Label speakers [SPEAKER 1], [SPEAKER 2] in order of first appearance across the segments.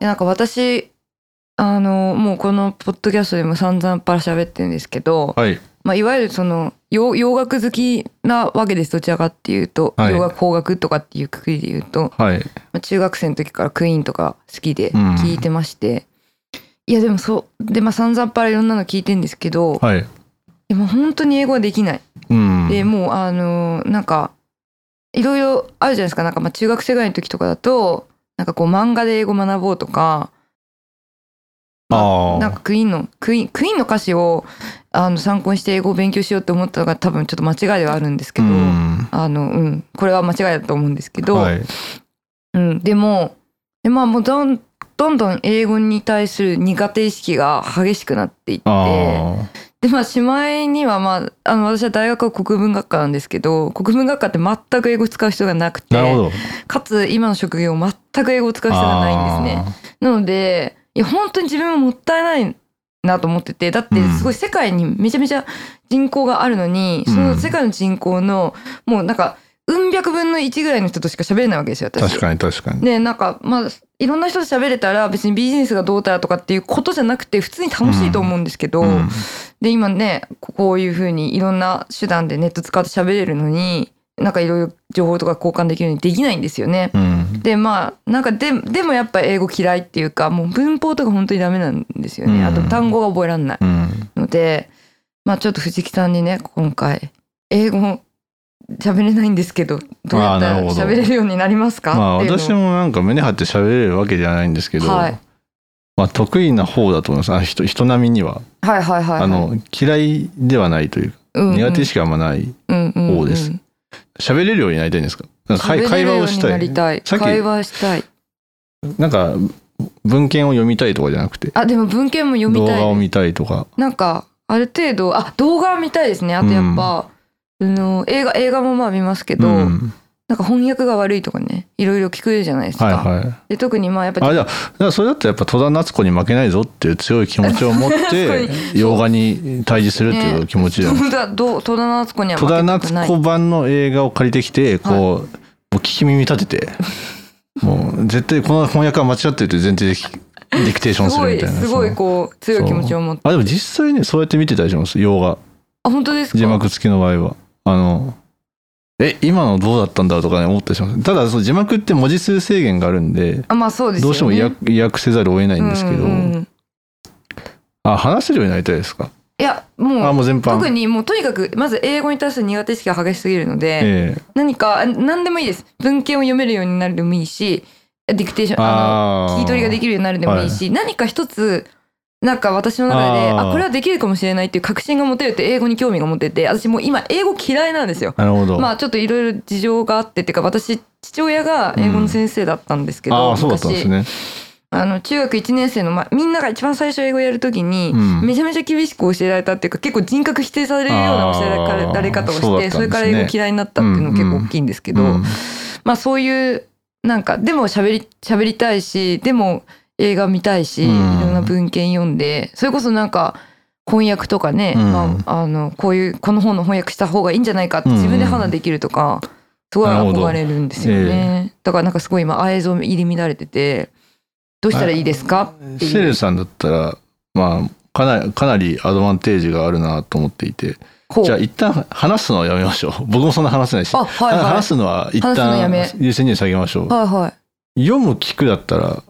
[SPEAKER 1] なんか私あのもうこのポッドキャストでも散々っぱら喋ってるんですけど、
[SPEAKER 2] はい。
[SPEAKER 1] まあ、いわゆるその洋洋楽好きなわけですどちらかっていうと、
[SPEAKER 2] はい
[SPEAKER 1] 洋楽邦楽とかっていうくくりで言うと、
[SPEAKER 2] はい。
[SPEAKER 1] まあ、中学生の時からクイーンとか好きで
[SPEAKER 2] うん
[SPEAKER 1] 聞いてまして、いやでもそうでまあ散々っぱらいろんなの聞いてんですけど、
[SPEAKER 2] はい。
[SPEAKER 1] でも本当に英語はできない。
[SPEAKER 2] うん。
[SPEAKER 1] でもうあのなんかいろいろあるじゃないですかなんかまあ中学生ぐらいの時とかだとなんかこう漫画で英語学ぼうとか
[SPEAKER 2] ああ。
[SPEAKER 1] なんかクイーンのクイーンクイーンの歌詞をあの参考にして英語を勉強しようって思ったのが多分ちょっと間違いではあるんですけ
[SPEAKER 2] う
[SPEAKER 1] ど、
[SPEAKER 2] ん。
[SPEAKER 1] あのうん、これは間違いだと思うんですけど、
[SPEAKER 2] はい。
[SPEAKER 1] うん、でもで、まあ、もうどんどんどん英語に対する苦手意識が激しくなっていって。
[SPEAKER 2] あ
[SPEAKER 1] でまあしまいにはまああの私は大学は国文学科なんですけど国文学科って全く英語使う人がなく
[SPEAKER 2] あ。なるほ
[SPEAKER 1] て
[SPEAKER 2] ど。
[SPEAKER 1] かつ今の職業全く英語を使う人がないんですね。
[SPEAKER 2] ですね。
[SPEAKER 1] なのでいや本当に自分はもったいないなと思っててだって
[SPEAKER 2] うん
[SPEAKER 1] すごい世界にめちゃめちゃ人口があるのに、
[SPEAKER 2] うん
[SPEAKER 1] その世界の人口のもうなんかうん百分の1ぐらいの人としか喋れないわけですよ私。
[SPEAKER 2] 確かに確かに。
[SPEAKER 1] ねなんかまあいろんな人と喋れたら別にビジネスがどうだとかっていうことじゃなくて普通に楽しいと思うんですけど、
[SPEAKER 2] うん
[SPEAKER 1] で今ねここういうふうにいろんな手段でネット使って喋れるのになんかいろいろ情報とか交換できるようにできないんですよね。
[SPEAKER 2] うん。
[SPEAKER 1] でまあなんかででもやっぱ英語嫌いっていうかもう文法とか本当にダメなんですよね、
[SPEAKER 2] うん
[SPEAKER 1] あと単語が覚えられない
[SPEAKER 2] うん。
[SPEAKER 1] のでまあちょっと藤木さんにね今回英語喋れないんですけどどうやった
[SPEAKER 2] あーな
[SPEAKER 1] ら
[SPEAKER 2] るほど
[SPEAKER 1] 喋れるようになりますか
[SPEAKER 2] まあ
[SPEAKER 1] っていうのを
[SPEAKER 2] 私もなんか胸張って喋れるわけじゃないんですけど、
[SPEAKER 1] はい
[SPEAKER 2] まあ得意な方だと思います。あ人人並みには、
[SPEAKER 1] はいはいはいはい
[SPEAKER 2] あの嫌いではないというか
[SPEAKER 1] うんうん
[SPEAKER 2] 苦手意識があんまない。
[SPEAKER 1] うんうんうん
[SPEAKER 2] 方です喋れるようになりたいんですか。なんか会
[SPEAKER 1] 喋れ
[SPEAKER 2] 会
[SPEAKER 1] るよ
[SPEAKER 2] 話
[SPEAKER 1] う
[SPEAKER 2] を
[SPEAKER 1] に
[SPEAKER 2] し
[SPEAKER 1] な
[SPEAKER 2] た
[SPEAKER 1] り
[SPEAKER 2] い。
[SPEAKER 1] たい
[SPEAKER 2] さっき
[SPEAKER 1] 会話したい
[SPEAKER 2] なんか文献を読みたいとかじゃなくて、
[SPEAKER 1] あでも文献も読み
[SPEAKER 2] 動
[SPEAKER 1] たい
[SPEAKER 2] 画を見たいとか。
[SPEAKER 1] なんかある程度あ動画は見たいですねあとやっぱ、あの映画映画もまあ見ますけど、
[SPEAKER 2] うん。
[SPEAKER 1] なんか翻訳が悪いとかねいろいろ聞くじゃないですか、
[SPEAKER 2] はいはい。
[SPEAKER 1] で特にまあやっぱ
[SPEAKER 2] あじゃあだからそれだとやっぱ戸田夏子に負けないぞっていう強い気持ちを持 っ
[SPEAKER 1] 確
[SPEAKER 2] て
[SPEAKER 1] か
[SPEAKER 2] 洋画に対峙するっていう気持ちじゃん、
[SPEAKER 1] 戸田ど戸田夏子には負け
[SPEAKER 2] 戸田
[SPEAKER 1] たく
[SPEAKER 2] 夏
[SPEAKER 1] ない
[SPEAKER 2] 子版の映画を借りてきてこう、もう聞き耳立ててもう絶対この翻訳は間違ってるという前提できディクテーション
[SPEAKER 1] す
[SPEAKER 2] す
[SPEAKER 1] ご
[SPEAKER 2] るみ
[SPEAKER 1] い
[SPEAKER 2] たいな
[SPEAKER 1] すごい
[SPEAKER 2] その
[SPEAKER 1] こう強い気持ちを持って
[SPEAKER 2] あでも実際ねそうやって見てたりします洋画
[SPEAKER 1] あ本当ですか
[SPEAKER 2] 字幕付きの場合はあのえ今のどうだったんだろうとかね思ったりしますただその字幕って文字数制限があるんで
[SPEAKER 1] あまあそうですよ、ね、
[SPEAKER 2] どうしても意訳意訳せざるを得ないんですけど、
[SPEAKER 1] うんうん
[SPEAKER 2] あ話せるようになりたいですか。
[SPEAKER 1] いやも
[SPEAKER 2] あ
[SPEAKER 1] う
[SPEAKER 2] もう全般。
[SPEAKER 1] 特にもうとにかくまず英語に対する苦手意識が激しすぎるので、
[SPEAKER 2] ええ
[SPEAKER 1] 何かあ何でもいいです文献を読めるようになるでもいいしディクテーションあの聞き取りがで
[SPEAKER 2] き
[SPEAKER 1] きるようになるでもいいし、何か一つなんか私の中で
[SPEAKER 2] あ
[SPEAKER 1] あ
[SPEAKER 2] ー
[SPEAKER 1] これはできるかもしれないっていう確信が持てるって英語に興味が持てて私もう今英語嫌いなんですよ。
[SPEAKER 2] なるほど。
[SPEAKER 1] まあちょっといろいろ事情があってっていうか私父親が英語の先生だったんですけど、
[SPEAKER 2] ああ
[SPEAKER 1] 昔
[SPEAKER 2] そうだったんですね。
[SPEAKER 1] あの中学1年生の、ま、みんなが一番最初英語やるときに、
[SPEAKER 2] うん
[SPEAKER 1] めちゃめちゃ厳しく教えられたっていうか結構人格否定されるような教えられ方をして
[SPEAKER 2] あーそ
[SPEAKER 1] そう
[SPEAKER 2] だったんですね
[SPEAKER 1] れから英語嫌いになったっていうのが結構大きいんですけど、
[SPEAKER 2] うん
[SPEAKER 1] まあそういうなんかでも喋り喋りたいしでも映画見たいし、
[SPEAKER 2] うん
[SPEAKER 1] いろんな文献読んでそれこそなんか翻訳とかね、
[SPEAKER 2] うん
[SPEAKER 1] まあ、あのこういうこの本の翻訳した方がいいんじゃないかって
[SPEAKER 2] うん
[SPEAKER 1] 自分で判断できるとか、すごい憧れるんですよ
[SPEAKER 2] なるほ
[SPEAKER 1] ね、だからなんかすごい今映像入り乱れててどうしたらいいですかって
[SPEAKER 2] シェ
[SPEAKER 1] いう
[SPEAKER 2] ルさんだったらまあかなりかなりアドバンテージがあるなと思っていて、
[SPEAKER 1] ほう
[SPEAKER 2] じゃあ一旦話すのはやめましょう。 僕もそんな話せないし。
[SPEAKER 1] あはいはい
[SPEAKER 2] 話すのは一
[SPEAKER 1] 話すのや
[SPEAKER 2] 旦
[SPEAKER 1] め
[SPEAKER 2] 優先順位下げましょう。
[SPEAKER 1] はいはい
[SPEAKER 2] 読む聞くだったら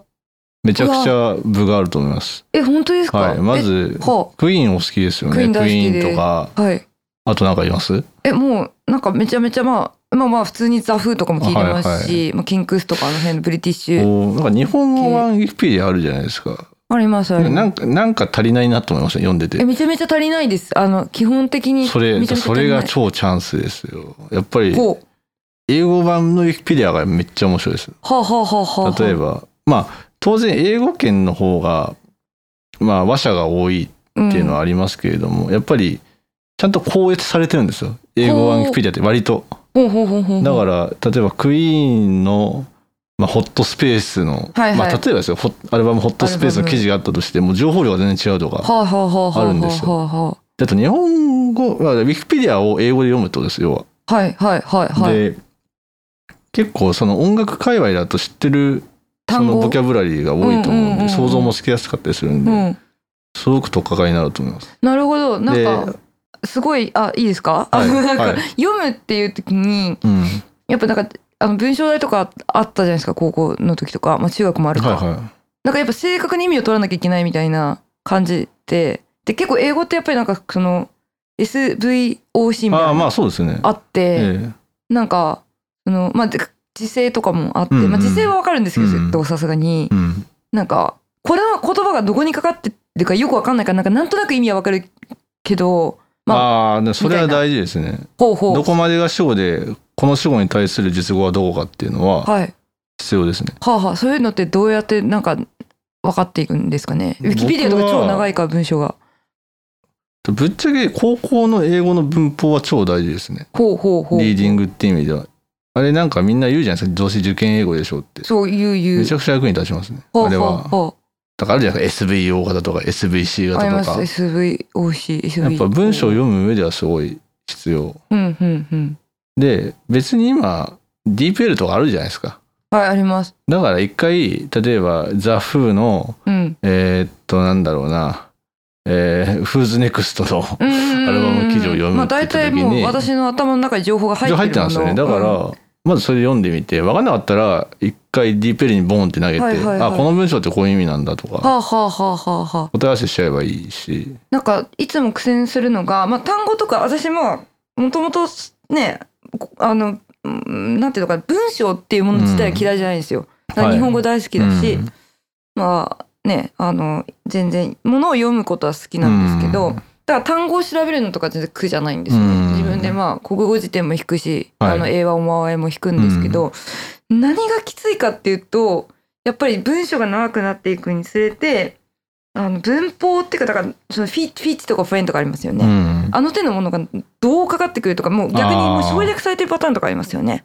[SPEAKER 2] めちゃくちゃ部があると思います。
[SPEAKER 1] え本当ですか、
[SPEAKER 2] はい。ま
[SPEAKER 1] え
[SPEAKER 2] ず
[SPEAKER 1] ほ
[SPEAKER 2] クイーンお好きですよね。
[SPEAKER 1] ク
[SPEAKER 2] ク
[SPEAKER 1] イ
[SPEAKER 2] イ
[SPEAKER 1] ーン大好きで
[SPEAKER 2] ーンとか
[SPEAKER 1] うはい
[SPEAKER 2] あとなんかいます？
[SPEAKER 1] えもうなんかめちゃめちゃまあまあまあ普通に「ザ・フー」とかも聞いてますし、まあ、キンクスとかあの辺のブリティッシュ
[SPEAKER 2] おなんか日本語版 Wikipedia あるじゃないですか。
[SPEAKER 1] ありますあり
[SPEAKER 2] な
[SPEAKER 1] ます
[SPEAKER 2] んかなんか足りないなと思いました読んで
[SPEAKER 1] え
[SPEAKER 2] て
[SPEAKER 1] めちゃめちゃ足りないですあの基本的に
[SPEAKER 2] そ
[SPEAKER 1] め
[SPEAKER 2] れ
[SPEAKER 1] ちゃめちゃ
[SPEAKER 2] そ
[SPEAKER 1] 足
[SPEAKER 2] れ
[SPEAKER 1] りな
[SPEAKER 2] が
[SPEAKER 1] い
[SPEAKER 2] 超チャンスですよやっぱり
[SPEAKER 1] こう
[SPEAKER 2] 英語版のウィキペディアがめっちゃ面白いです
[SPEAKER 1] はあ、はあはあはあはあ、
[SPEAKER 2] 例えばまあ当然英語圏の方がまあ話者が多いっていうのはありますけれども、やっぱりちゃんと校閲されてるんですよ英語版ウィキペディアって割と
[SPEAKER 1] うん、ほうほうほうほう
[SPEAKER 2] だから例えばクイーンのまあ、ホットスペースの、
[SPEAKER 1] はいはい
[SPEAKER 2] まあ、例えばですよホッアルバム「ホットスペース」の記事があったとしても情報量が全然違うとか
[SPEAKER 1] はあはあはあはあ
[SPEAKER 2] あるんですよ
[SPEAKER 1] はあは
[SPEAKER 2] だと日本語、まあ、ウィキペディアを英語で読むってことですよ、要は
[SPEAKER 1] あはいはいはいはい
[SPEAKER 2] で結構その音楽界隈だと知ってるそ
[SPEAKER 1] 単
[SPEAKER 2] の
[SPEAKER 1] 語
[SPEAKER 2] ボキャブラリーが多い
[SPEAKER 1] うんう
[SPEAKER 2] と思うん
[SPEAKER 1] んうんう
[SPEAKER 2] で
[SPEAKER 1] ん
[SPEAKER 2] 想像もつきやすかったりするん
[SPEAKER 1] う
[SPEAKER 2] で
[SPEAKER 1] ん、
[SPEAKER 2] すごくとっかかりになると思います。
[SPEAKER 1] なるほどなんか
[SPEAKER 2] で
[SPEAKER 1] すごいあいいですか,、
[SPEAKER 2] は
[SPEAKER 1] あ
[SPEAKER 2] い
[SPEAKER 1] のなんか
[SPEAKER 2] はい
[SPEAKER 1] 読むっていう時に
[SPEAKER 2] うん
[SPEAKER 1] やっぱなんかあの文章題とかあったじゃないですか高校の時とか、まあ、中学もあるか、
[SPEAKER 2] はいは
[SPEAKER 1] なんかやっぱ正確に意味を取らなきゃいけないみたいな感じでで結構英語ってやっぱりなんかその SVOC
[SPEAKER 2] い。
[SPEAKER 1] み
[SPEAKER 2] あ
[SPEAKER 1] た
[SPEAKER 2] あ
[SPEAKER 1] いな
[SPEAKER 2] ま
[SPEAKER 1] の
[SPEAKER 2] あそうですね。
[SPEAKER 1] あって、
[SPEAKER 2] え
[SPEAKER 1] なんかそのまあで時勢とかもあって、
[SPEAKER 2] うんうん
[SPEAKER 1] まあ、時勢はわかるんですけど、
[SPEAKER 2] うん
[SPEAKER 1] 絶対さすがに、
[SPEAKER 2] えうん
[SPEAKER 1] なんかこれは言葉がどこにかかってるかよくわかんないからなんかなんとなく意味はわかるけどま
[SPEAKER 2] ああでもそれは大事ですね。
[SPEAKER 1] ほうほう
[SPEAKER 2] どこまでが主語でこの主語に対する述語はどこかっていうのは
[SPEAKER 1] はい
[SPEAKER 2] 必要ですね。
[SPEAKER 1] はあ、はあ、そういうのってどうやってなんか分かっていくんですかねウィキペディアとか超長いから文章が
[SPEAKER 2] ぶっちゃけ高校の英語の文法は超大事ですね。
[SPEAKER 1] ほうほうほう
[SPEAKER 2] リーディングっていう意味では。あれなんかみんな言うじゃないですか。どうせ受験英語でしょうって。
[SPEAKER 1] そういう言
[SPEAKER 2] め
[SPEAKER 1] う
[SPEAKER 2] ちゃくちゃ役に立ちますね。
[SPEAKER 1] ほう
[SPEAKER 2] あれ
[SPEAKER 1] ほう
[SPEAKER 2] は。
[SPEAKER 1] ほ
[SPEAKER 2] だからあるじゃないですか。SVO 型とか SVC
[SPEAKER 1] うあり
[SPEAKER 2] 型
[SPEAKER 1] ま
[SPEAKER 2] と
[SPEAKER 1] す
[SPEAKER 2] か。
[SPEAKER 1] SVOC SV
[SPEAKER 2] やっぱ文章を読む上ではすごい必要。
[SPEAKER 1] うんうんうん
[SPEAKER 2] で、別に今、DPL とかあるじゃないですか。
[SPEAKER 1] はいあります
[SPEAKER 2] だから一回、例えば、ザ・フーの、
[SPEAKER 1] うん
[SPEAKER 2] えーっと、なんだろうな、えー、Who's Next の、
[SPEAKER 1] アル
[SPEAKER 2] ルバム記事を読む
[SPEAKER 1] まあ
[SPEAKER 2] って言
[SPEAKER 1] 大
[SPEAKER 2] った
[SPEAKER 1] 体
[SPEAKER 2] 時に
[SPEAKER 1] もう私の頭の中に情報が入ってる
[SPEAKER 2] 入ってますよね。だから、まずそれ読んでみて、分かんなかったら、一回 DPL にボンって投げて、
[SPEAKER 1] はいはいはい
[SPEAKER 2] あ、この文章ってこういう意味なんだと
[SPEAKER 1] は
[SPEAKER 2] か、
[SPEAKER 1] あはあはあはあはあ
[SPEAKER 2] 答え合わせしちゃえばいいし。
[SPEAKER 1] なんかいつも苦戦するのが、まあ、単語とか私ももともとねこあのうんなんていうのか文章っていうもの自体は嫌いじゃないんですよ。だから
[SPEAKER 2] はい
[SPEAKER 1] 日本語大好きだし、
[SPEAKER 2] うん
[SPEAKER 1] まあねあの全然ものを読むことは好きなんですけど、
[SPEAKER 2] うん
[SPEAKER 1] だから単語を調べるのとか全然苦じゃないんですよ、
[SPEAKER 2] うん
[SPEAKER 1] 自分でまあ国語辞典も引くし、
[SPEAKER 2] はい
[SPEAKER 1] あの英和おまわえも引くんですけど、何がきついかっていうとやっぱり文章が長くなっていくにつれてあの文法っていうかだからそのフィフィッチとかフェンとかありますよね、
[SPEAKER 2] うん
[SPEAKER 1] あの手のものがどうかかってくるとかもう逆にもう
[SPEAKER 2] あー
[SPEAKER 1] 省略されてるパターンとかありますよね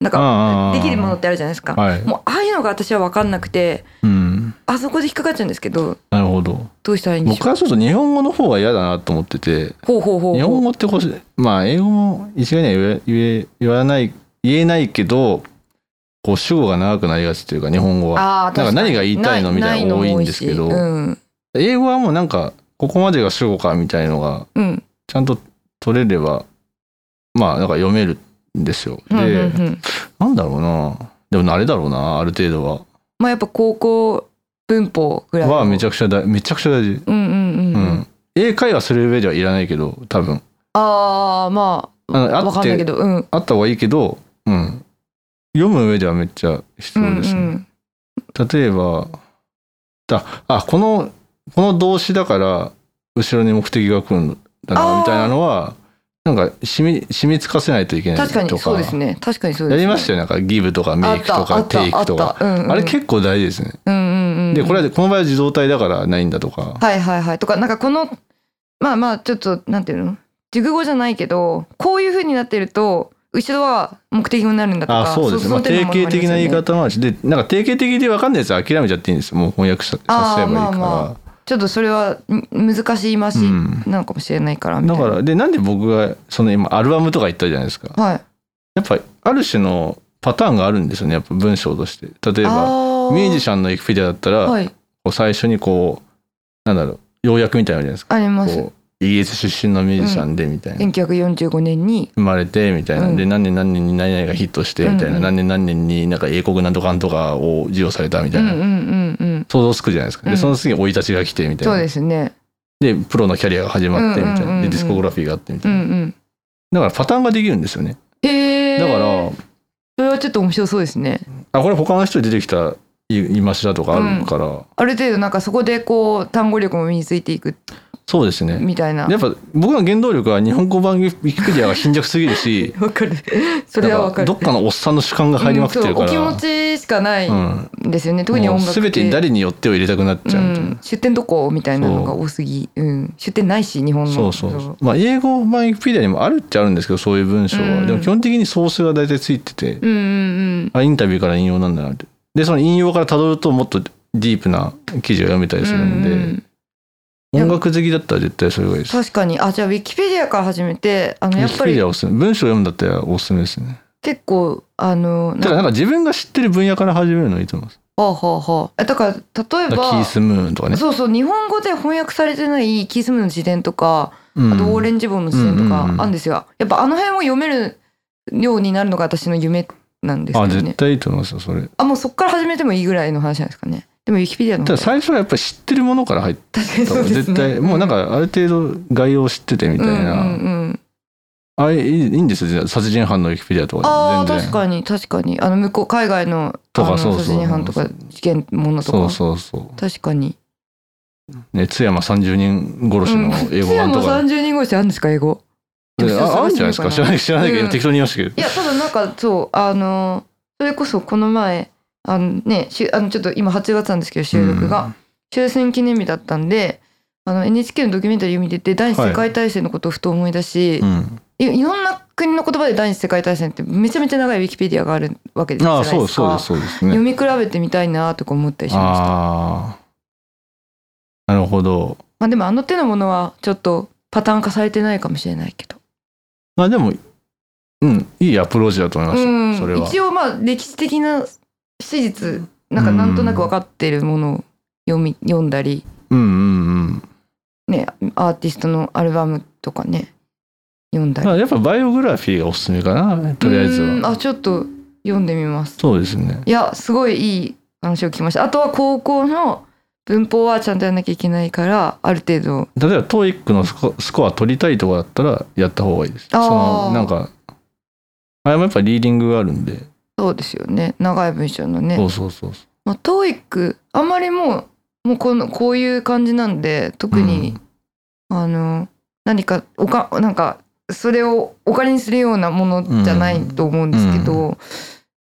[SPEAKER 1] なん
[SPEAKER 2] あ
[SPEAKER 1] か
[SPEAKER 2] ー
[SPEAKER 1] できるものってあるじゃないですか、
[SPEAKER 2] はい。
[SPEAKER 1] もうああいうのが私は分かんなくて
[SPEAKER 2] うん。
[SPEAKER 1] あそこで引っかかっちゃうんですけど
[SPEAKER 2] なるほど。
[SPEAKER 1] どうしたらいいんでし
[SPEAKER 2] 僕
[SPEAKER 1] ょう
[SPEAKER 2] からすると日本語の方が嫌だなと思ってて、
[SPEAKER 1] ほうほうほう
[SPEAKER 2] 日本語ってこう、まあ英語も一概には言え言え言わない、言えないけど、こう主語が長くなりがちというか日本語は。
[SPEAKER 1] あー
[SPEAKER 2] なんか
[SPEAKER 1] 確に
[SPEAKER 2] 何が言いたいのみたいなのが多いんですけど
[SPEAKER 1] ないのも多いし
[SPEAKER 2] 英語はもうなんか、ここまでが主語かみたいのが、
[SPEAKER 1] うんうん
[SPEAKER 2] ちゃんと取れれば、まあなんか読めるんですよ。
[SPEAKER 1] う
[SPEAKER 2] で、
[SPEAKER 1] んうんうん
[SPEAKER 2] なんだろうな。でも慣れだろうな、ある程度は。
[SPEAKER 1] まあやっぱ高校文法ぐらい
[SPEAKER 2] はめち
[SPEAKER 1] ゃ
[SPEAKER 2] ゃくちゃ大、めちゃくちゃ大事。
[SPEAKER 1] うんうんうん
[SPEAKER 2] う
[SPEAKER 1] うんん。
[SPEAKER 2] 英会話する上ではいらないけど、多分。
[SPEAKER 1] ああま
[SPEAKER 2] あの
[SPEAKER 1] あ
[SPEAKER 2] あ
[SPEAKER 1] わ
[SPEAKER 2] っ
[SPEAKER 1] かんないけ
[SPEAKER 2] て
[SPEAKER 1] どうん
[SPEAKER 2] あった方がいいけど、うん、読む上ではめっちゃ必
[SPEAKER 1] う
[SPEAKER 2] 要
[SPEAKER 1] ん
[SPEAKER 2] ですね。
[SPEAKER 1] うん
[SPEAKER 2] 例えばだあこのこの動詞だから後ろに目的が来るんだ
[SPEAKER 1] あー
[SPEAKER 2] なみたいなのはなんか染み染みつかせないといけないと
[SPEAKER 1] 確
[SPEAKER 2] か
[SPEAKER 1] かにそうですね確かにそうで
[SPEAKER 2] や
[SPEAKER 1] すね
[SPEAKER 2] りましたよなんかギブとかメイクと
[SPEAKER 1] あ
[SPEAKER 2] か
[SPEAKER 1] ったあ
[SPEAKER 2] テイ
[SPEAKER 1] った
[SPEAKER 2] クとか
[SPEAKER 1] あったうんうん
[SPEAKER 2] あれ結構大事ですね。
[SPEAKER 1] うんうんうん
[SPEAKER 2] でこれはこの場合は自動体だからないんだとか、
[SPEAKER 1] はいはいはいとかなんかこのまあまあちょっとなんていうの熟語じゃないけどこういう風になってると後ろは目的になるんだとか
[SPEAKER 2] あそうですね、まあ、
[SPEAKER 1] の手
[SPEAKER 2] 定
[SPEAKER 1] のものもあ
[SPEAKER 2] 型
[SPEAKER 1] り
[SPEAKER 2] 的
[SPEAKER 1] ますよ
[SPEAKER 2] な
[SPEAKER 1] ね
[SPEAKER 2] 言い方もあるしでなんか定型的で分かんないやつは諦めちゃっていいんですよもう翻訳ささせればいいから。
[SPEAKER 1] あーまあまちょっとそれはん難しい言い回し
[SPEAKER 2] うん
[SPEAKER 1] なのかもしれないからみた
[SPEAKER 2] だ
[SPEAKER 1] いな。
[SPEAKER 2] からでなんで僕がその今アルバムとか言ったじゃないですか
[SPEAKER 1] はい。
[SPEAKER 2] やっぱある種のパターンがあるんですよねやっぱ文章として例えばミュージシャンのエクフィディアだったら、
[SPEAKER 1] はい。
[SPEAKER 2] こう最初にこうなんだろう要約みたいなのあるじゃ
[SPEAKER 1] あり
[SPEAKER 2] な
[SPEAKER 1] ま
[SPEAKER 2] いです
[SPEAKER 1] す。
[SPEAKER 2] かこうイギリス出身のミュージシャンでみたいな、
[SPEAKER 1] 1945年に。
[SPEAKER 2] 生まれてみたいな、で何年何年に何々がヒットしてみたいな、
[SPEAKER 1] うんうん
[SPEAKER 2] 何年何年になんか英国なんとかんとかを授与されたみ
[SPEAKER 1] う
[SPEAKER 2] たい
[SPEAKER 1] ん
[SPEAKER 2] な、
[SPEAKER 1] うんうんうん。
[SPEAKER 2] 想像つくじゃないですかで、
[SPEAKER 1] うん
[SPEAKER 2] その次に生い立ちが来てみたいな
[SPEAKER 1] そうですね。
[SPEAKER 2] でプロのキャリアが始まってみたいな、
[SPEAKER 1] うんうんうんう
[SPEAKER 2] で
[SPEAKER 1] ん
[SPEAKER 2] ディスコグラフィーがあってみた
[SPEAKER 1] う
[SPEAKER 2] い
[SPEAKER 1] ん
[SPEAKER 2] な、
[SPEAKER 1] うん。
[SPEAKER 2] だからパターンができるんですよね
[SPEAKER 1] へえ。
[SPEAKER 2] だから、
[SPEAKER 1] それはちょっと面白そうですね。
[SPEAKER 2] あこれ他の人に出てきた言い回しだとかあるから、
[SPEAKER 1] ある程度なんかそこでこう単語力も身についていく
[SPEAKER 2] そうですね
[SPEAKER 1] みたいな
[SPEAKER 2] や。っぱ僕の原動力は日本語版ウィキペディアが貧弱すぎるし
[SPEAKER 1] わかる。 それはわかる。
[SPEAKER 2] なんどっかのおっさんの主観が入りまくってるか
[SPEAKER 1] うん
[SPEAKER 2] ら、
[SPEAKER 1] そうお気持ちしかないんですよね。特に音楽
[SPEAKER 2] すべてに誰によってを入れたくなっちゃうみたいな、
[SPEAKER 1] うん、出店どこみたいなのが多すぎ、うん、出店ないし日本の
[SPEAKER 2] そうそうそうまあ英語版ウィキペディアにもあるっちゃあるんですけどそういう文章は、
[SPEAKER 1] うん
[SPEAKER 2] でも基本的にソースが大体ついてて、
[SPEAKER 1] うんうん
[SPEAKER 2] あインタビューから引用なんだなってでその引用からたどるともっとディープな記事が読めた
[SPEAKER 1] うん
[SPEAKER 2] りするんで、
[SPEAKER 1] うんうん
[SPEAKER 2] 音楽好きだったら絶対それがいいです
[SPEAKER 1] 確かにあじゃあウィキペディアから始めてあの
[SPEAKER 2] ウ
[SPEAKER 1] や
[SPEAKER 2] ィ
[SPEAKER 1] っ
[SPEAKER 2] キ
[SPEAKER 1] ぱ
[SPEAKER 2] ペデ
[SPEAKER 1] り
[SPEAKER 2] ィアおすすめ文章を読むんだったらおすすめですね
[SPEAKER 1] 結構あの
[SPEAKER 2] だからなんか自分が知ってる分野から始めるのはいいと思います。
[SPEAKER 1] はあはあはあだから例え
[SPEAKER 2] だからキー
[SPEAKER 1] ば
[SPEAKER 2] スムーンとかね。
[SPEAKER 1] そうそう日本語で翻訳されてないキースムーの辞典とか、
[SPEAKER 2] うん
[SPEAKER 1] あとオレンジボンの辞典と
[SPEAKER 2] うんうん
[SPEAKER 1] か
[SPEAKER 2] うん
[SPEAKER 1] あるんですよ、やっぱあの辺を読めるようになるのが私の夢なんですけど
[SPEAKER 2] あ、
[SPEAKER 1] ね
[SPEAKER 2] 絶対いいと思いますよ、それ。
[SPEAKER 1] あもうそっから始めてもいいぐらいの話なんですかねでもウィキペディアの
[SPEAKER 2] た
[SPEAKER 1] 方
[SPEAKER 2] だ
[SPEAKER 1] が
[SPEAKER 2] 最初はやっぱり知ってるものから入った
[SPEAKER 1] 確かにそ
[SPEAKER 2] 方が
[SPEAKER 1] うです
[SPEAKER 2] 絶
[SPEAKER 1] ね
[SPEAKER 2] 対、もうなんかある程度概要を知っててみたいな。
[SPEAKER 1] うんうんうん、
[SPEAKER 2] あいいいいんですよ、殺人犯のウィキペディアと
[SPEAKER 1] あ
[SPEAKER 2] か
[SPEAKER 1] あ
[SPEAKER 2] でも全然。
[SPEAKER 1] 確かに確かにあの向こう海外の
[SPEAKER 2] とか
[SPEAKER 1] あの
[SPEAKER 2] そうそう
[SPEAKER 1] 殺人犯とか事件ものとか
[SPEAKER 2] そうそうそ
[SPEAKER 1] 確かに
[SPEAKER 2] う。ね、津山30人殺しの英語版
[SPEAKER 1] も
[SPEAKER 2] とか。
[SPEAKER 1] 30人越しあるんですか英語
[SPEAKER 2] でああるんじゃないですか知らないい知らないけど、
[SPEAKER 1] うん
[SPEAKER 2] 適当に言いましたけど。
[SPEAKER 1] いやただなんかそうあのそれこそこの前あのねしあのちょっと今8月なんですけど収録が、終戦記念日だったんであの NHK のドキュメンタリーを見てて第二次世界大戦のことをふと思い出し、
[SPEAKER 2] うん。うん
[SPEAKER 1] いいろんな国の言葉で第二次世界大戦ってめちゃめちゃ長いウィキペディアがあるわけじゃ
[SPEAKER 2] あ
[SPEAKER 1] ない
[SPEAKER 2] あ、
[SPEAKER 1] ですか
[SPEAKER 2] そうそうです、そうですね
[SPEAKER 1] 読。み比べてみたいなとか思ったりしました
[SPEAKER 2] ああ。なるほど。
[SPEAKER 1] まあでもあの手のものはちょっとパターン化されてないかもしれないけど
[SPEAKER 2] まあでも、うん、いいアプローチだと思いました、
[SPEAKER 1] うん
[SPEAKER 2] それは。
[SPEAKER 1] 一応まあ歴史的な史実なんかなんとなく分かってるものを読み読んだり
[SPEAKER 2] うんうんうん。
[SPEAKER 1] ねアーティストのアルバムとかね読んだり
[SPEAKER 2] まあやっぱバイオグラフィーがおすすめかな、とりあえず
[SPEAKER 1] うん
[SPEAKER 2] は。
[SPEAKER 1] あちょっと読んでみます
[SPEAKER 2] そうですね。
[SPEAKER 1] いやすごいいい話を聞きましたあとは高校の文法はちゃんとやんなきゃいけないからある程度
[SPEAKER 2] 例えば TOEIC のスコスコア取りたいとかだったらやった方がいいです。そ
[SPEAKER 1] あー
[SPEAKER 2] のなんかあれもやっぱリーディングがあるんで、
[SPEAKER 1] そうですよね長い文章のね
[SPEAKER 2] そうそうそうそ
[SPEAKER 1] まあ、TOEIC あんまりもうもうこのこういう感じなんで特に、あの何かおかなんかそれをお金にするようなものじゃないと思うんですけど、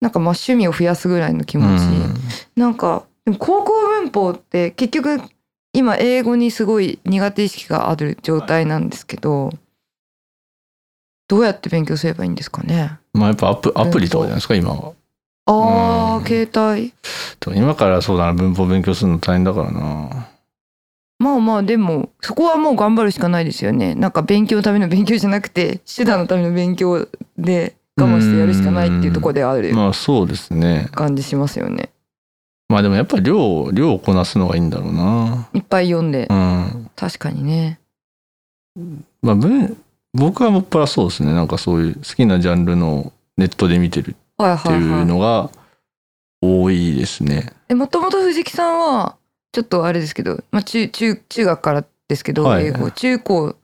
[SPEAKER 1] なんかまあ趣味を増やすぐらいの気
[SPEAKER 2] う。
[SPEAKER 1] 持ち、
[SPEAKER 2] うん
[SPEAKER 1] なんかでも高校文法って結局今英語にすごい苦手意識がある状態なんですけどどうやって勉強すればいいんですかね
[SPEAKER 2] まあやっぱアプアプリとかじゃないですか今は。
[SPEAKER 1] あー、
[SPEAKER 2] うん
[SPEAKER 1] 携帯
[SPEAKER 2] でも今からそうだな文法勉強するの大変だからな。
[SPEAKER 1] まあまあでもそこはもう頑張るしかないですよねなんか勉強のための勉強じゃなくて手段のための勉強で我慢してやるしかないっていうところである
[SPEAKER 2] まあそうですね。
[SPEAKER 1] 感じしますよね
[SPEAKER 2] まあでもやっぱり量を量をこなすのがいいんだろうな。
[SPEAKER 1] いっぱい読んで
[SPEAKER 2] うん。
[SPEAKER 1] 確かにね
[SPEAKER 2] まあ文僕はもっぱらそうですね。なんかそういう好きなジャンルのネットで見てるっ
[SPEAKER 1] はい
[SPEAKER 2] て
[SPEAKER 1] はいいは
[SPEAKER 2] う
[SPEAKER 1] い
[SPEAKER 2] のが多いですね。
[SPEAKER 1] えもともと藤木さんはちょっとあれですけど、まあ、中中中学からですけど、
[SPEAKER 2] はい
[SPEAKER 1] 英語中高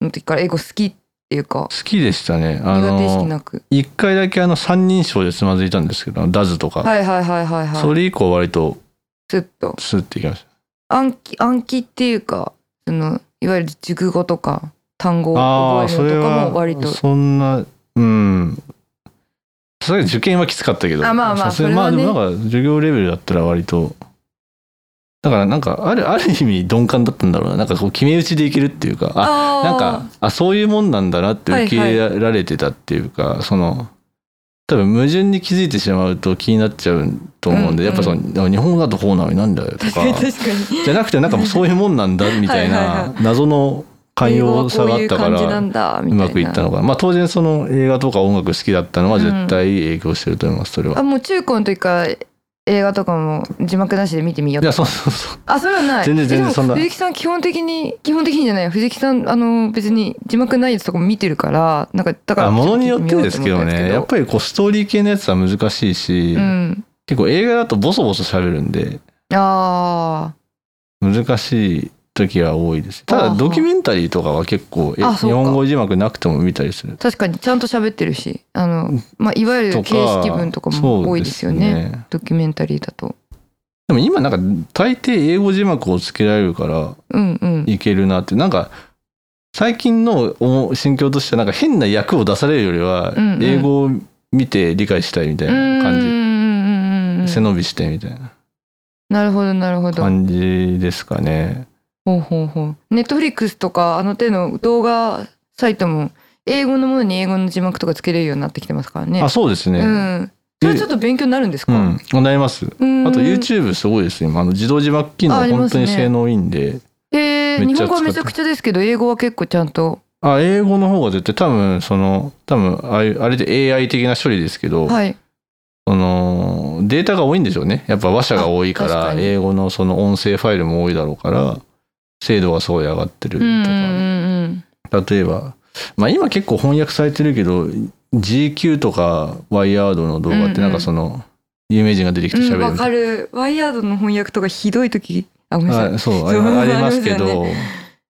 [SPEAKER 1] の時から英語好きっていうか
[SPEAKER 2] 好きでしたね。あ
[SPEAKER 1] 苦手意識
[SPEAKER 2] の
[SPEAKER 1] なく
[SPEAKER 2] 一回だけあの三人称でつまずいたんですけど、あのダズとか、
[SPEAKER 1] はいはいはいはい
[SPEAKER 2] そ
[SPEAKER 1] はい
[SPEAKER 2] れ以降割と
[SPEAKER 1] スッと
[SPEAKER 2] スッていきました。
[SPEAKER 1] 暗記暗記っていうかそのいわゆる熟語とか単語
[SPEAKER 2] あ
[SPEAKER 1] を
[SPEAKER 2] あ、そ
[SPEAKER 1] 覚え
[SPEAKER 2] れ
[SPEAKER 1] るのとか
[SPEAKER 2] は
[SPEAKER 1] も割と
[SPEAKER 2] そんな、うん。それ受験はきつかったけど、
[SPEAKER 1] あまあまあ
[SPEAKER 2] さすがに
[SPEAKER 1] それはね
[SPEAKER 2] まあでもなんか授業レベルだったら割と。だからなんかあるある意味鈍感だったんだろうななんかこう決め打ちでいけるっていうかあ
[SPEAKER 1] あー
[SPEAKER 2] なんかあそういうもんなんだなって受け入れられてたっていうか、その多分矛盾に気づいてしまうと気になっちゃうと思うん
[SPEAKER 1] う
[SPEAKER 2] で、
[SPEAKER 1] んうん
[SPEAKER 2] やっぱその日本語だとこうなのになんだよと
[SPEAKER 1] 確
[SPEAKER 2] か
[SPEAKER 1] かに確かに
[SPEAKER 2] じゃなくてなんかもうそういうもんなんだみたい
[SPEAKER 1] はいはい
[SPEAKER 2] な謎の寛容さがあったか
[SPEAKER 1] 英語はこういう感じな
[SPEAKER 2] ら
[SPEAKER 1] んだみ
[SPEAKER 2] う
[SPEAKER 1] たいな
[SPEAKER 2] まくいったのかなまあ当然その映画とか音楽好きだったのは絶対影響してると思いますそれは。
[SPEAKER 1] あもう中高の時から映画とかも字幕なしで見てみよう
[SPEAKER 2] いやそうそうそう
[SPEAKER 1] あそれはない
[SPEAKER 2] 全然全然
[SPEAKER 1] えでも
[SPEAKER 2] そんな
[SPEAKER 1] 藤木さん基本的に基本的にじゃない藤木さんあの別に字幕ないやつとかも見てるからなんかだから
[SPEAKER 2] あものによっ
[SPEAKER 1] ち
[SPEAKER 2] て
[SPEAKER 1] ょと
[SPEAKER 2] ですけどねやっぱりこうストーリー系のやつは難しいし、
[SPEAKER 1] りうん
[SPEAKER 2] 結構映画だとボソボソ喋るんで
[SPEAKER 1] あ
[SPEAKER 2] 難しい時は多いですた
[SPEAKER 1] あ
[SPEAKER 2] だ
[SPEAKER 1] は
[SPEAKER 2] ドキュメンタリーとかは結構え
[SPEAKER 1] あそう
[SPEAKER 2] 日
[SPEAKER 1] か
[SPEAKER 2] 本語字幕なくても見たりする
[SPEAKER 1] ー確かにちゃんと喋ってるしあの、まあ、いわゆる
[SPEAKER 2] とか
[SPEAKER 1] 形式文とかも多いですよね
[SPEAKER 2] そうですね
[SPEAKER 1] ドキュメンタリーだと
[SPEAKER 2] でも今なんか大抵英語字幕をつけられるから
[SPEAKER 1] うんうん
[SPEAKER 2] いけるなってなんか最近のお心境としてはなんか変な役を出されるよりは
[SPEAKER 1] うんうん
[SPEAKER 2] 英語を見て理解したいみたいな
[SPEAKER 1] うんうん
[SPEAKER 2] 感
[SPEAKER 1] うんうんう
[SPEAKER 2] じ背
[SPEAKER 1] ん
[SPEAKER 2] 伸びしてみたいな
[SPEAKER 1] なるほどなるほど
[SPEAKER 2] 感じですかね
[SPEAKER 1] ほうほうほうネットフリックスとかあの手の動画サイトも英語のものに英語の字幕とかつけれるようになってきてますからね
[SPEAKER 2] あそうです
[SPEAKER 1] う
[SPEAKER 2] ね
[SPEAKER 1] んそれちょっと勉強になるんです
[SPEAKER 2] う
[SPEAKER 1] か、
[SPEAKER 2] ん、なります
[SPEAKER 1] うん
[SPEAKER 2] あと YouTube すごいですね今あの自動字幕機能
[SPEAKER 1] あありま
[SPEAKER 2] 本
[SPEAKER 1] す
[SPEAKER 2] 当
[SPEAKER 1] ね
[SPEAKER 2] に性能いいんで
[SPEAKER 1] えー
[SPEAKER 2] めっ
[SPEAKER 1] 日
[SPEAKER 2] ちゃ
[SPEAKER 1] 本語はめちゃくちゃですけど英語は結構ちゃんと
[SPEAKER 2] あ英語の方が絶対多分その多分あれあれで AI 的な処理ですけど、
[SPEAKER 1] はい。
[SPEAKER 2] そのデータが多いんでしょうねやっぱ話者が多いか
[SPEAKER 1] あ確
[SPEAKER 2] ら
[SPEAKER 1] かに
[SPEAKER 2] 英語のその音声ファイルも多いだろうから精度がすごい上がってる
[SPEAKER 1] うんうん
[SPEAKER 2] とか、
[SPEAKER 1] うん
[SPEAKER 2] 例えばまあ今結構翻訳されてるけど GQ とかワイヤードの動画ってなんかその有名人が出てき
[SPEAKER 1] う
[SPEAKER 2] て
[SPEAKER 1] ん。う
[SPEAKER 2] 喋
[SPEAKER 1] ん
[SPEAKER 2] る
[SPEAKER 1] わ
[SPEAKER 2] みた
[SPEAKER 1] か
[SPEAKER 2] い
[SPEAKER 1] る。ワイヤードの翻訳とかひどい時。あ、ごめんな
[SPEAKER 2] な、
[SPEAKER 1] さい。
[SPEAKER 2] あそうあ
[SPEAKER 1] そう
[SPEAKER 2] ありますけ
[SPEAKER 1] あり
[SPEAKER 2] ど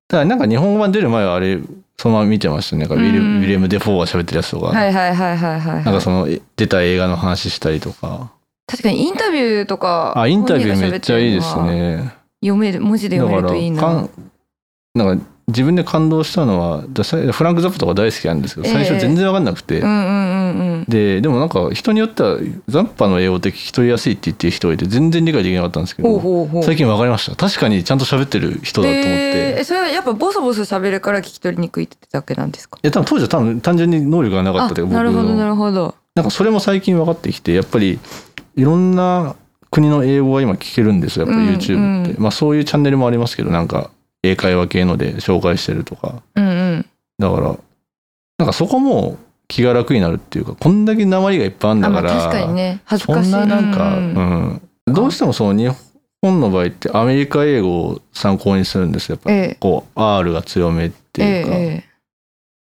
[SPEAKER 2] ただなんか日本語版出る前はあれそのまま見てましたねなんかウィリ,、
[SPEAKER 1] うん
[SPEAKER 2] ウィレム・デ・フォーが喋ってるやつとか、
[SPEAKER 1] はいはいはいはいはい。
[SPEAKER 2] なんかそのえ出た映画の話したりとか
[SPEAKER 1] 確かにインタビューとか。
[SPEAKER 2] あインタビューめっちゃいいで
[SPEAKER 1] 本人
[SPEAKER 2] す
[SPEAKER 1] が喋ってるのは。
[SPEAKER 2] ね
[SPEAKER 1] 読める文字で
[SPEAKER 2] だ
[SPEAKER 1] 読
[SPEAKER 2] か
[SPEAKER 1] める
[SPEAKER 2] ら
[SPEAKER 1] といい
[SPEAKER 2] か
[SPEAKER 1] な。
[SPEAKER 2] んなんか自分で感動したのはださいフランク・ザップとか大好きなんですけど
[SPEAKER 1] ええ
[SPEAKER 2] 最初全然分かんなくて、
[SPEAKER 1] うんうんうんうん。
[SPEAKER 2] ででもなんか人によってはザッパの英語って聞き取りやすいって言ってる人がいて全然理解できなかったんですけ
[SPEAKER 1] ほう
[SPEAKER 2] ど
[SPEAKER 1] ほうほう。
[SPEAKER 2] 最近分かりました確かにちゃんと喋ってる人だと思って、
[SPEAKER 1] えーそれはやっぱボソボソ喋るから聞き取りにくいってだけなんですか
[SPEAKER 2] いや多分当時は多分単純に能力がなかったというか
[SPEAKER 1] なるほど
[SPEAKER 2] の
[SPEAKER 1] なるほど
[SPEAKER 2] なんかそれも最近分かってきてやっぱりいろんな国の英語が今聞けるんですよやっぱり YouTube って、
[SPEAKER 1] うんう
[SPEAKER 2] まあ、そういうチャンネルもありますけどなんか英会話系ので紹介してるとか
[SPEAKER 1] うんうん
[SPEAKER 2] だから、なんかそこも気が楽になるっていうか、こんだけ鉛がいっぱいあるんだ
[SPEAKER 1] あ、ま
[SPEAKER 2] か
[SPEAKER 1] あ、
[SPEAKER 2] ら、
[SPEAKER 1] 確かにね恥ず
[SPEAKER 2] そ
[SPEAKER 1] かし
[SPEAKER 2] ん
[SPEAKER 1] い
[SPEAKER 2] ななんか、
[SPEAKER 1] う
[SPEAKER 2] う
[SPEAKER 1] ん
[SPEAKER 2] ん
[SPEAKER 1] うん
[SPEAKER 2] どうしてもその日本の場合ってアメリカ英語を参考にするんですよ。やっぱ
[SPEAKER 1] え
[SPEAKER 2] こう、R が強めって
[SPEAKER 1] ええ
[SPEAKER 2] いうか。
[SPEAKER 1] ええ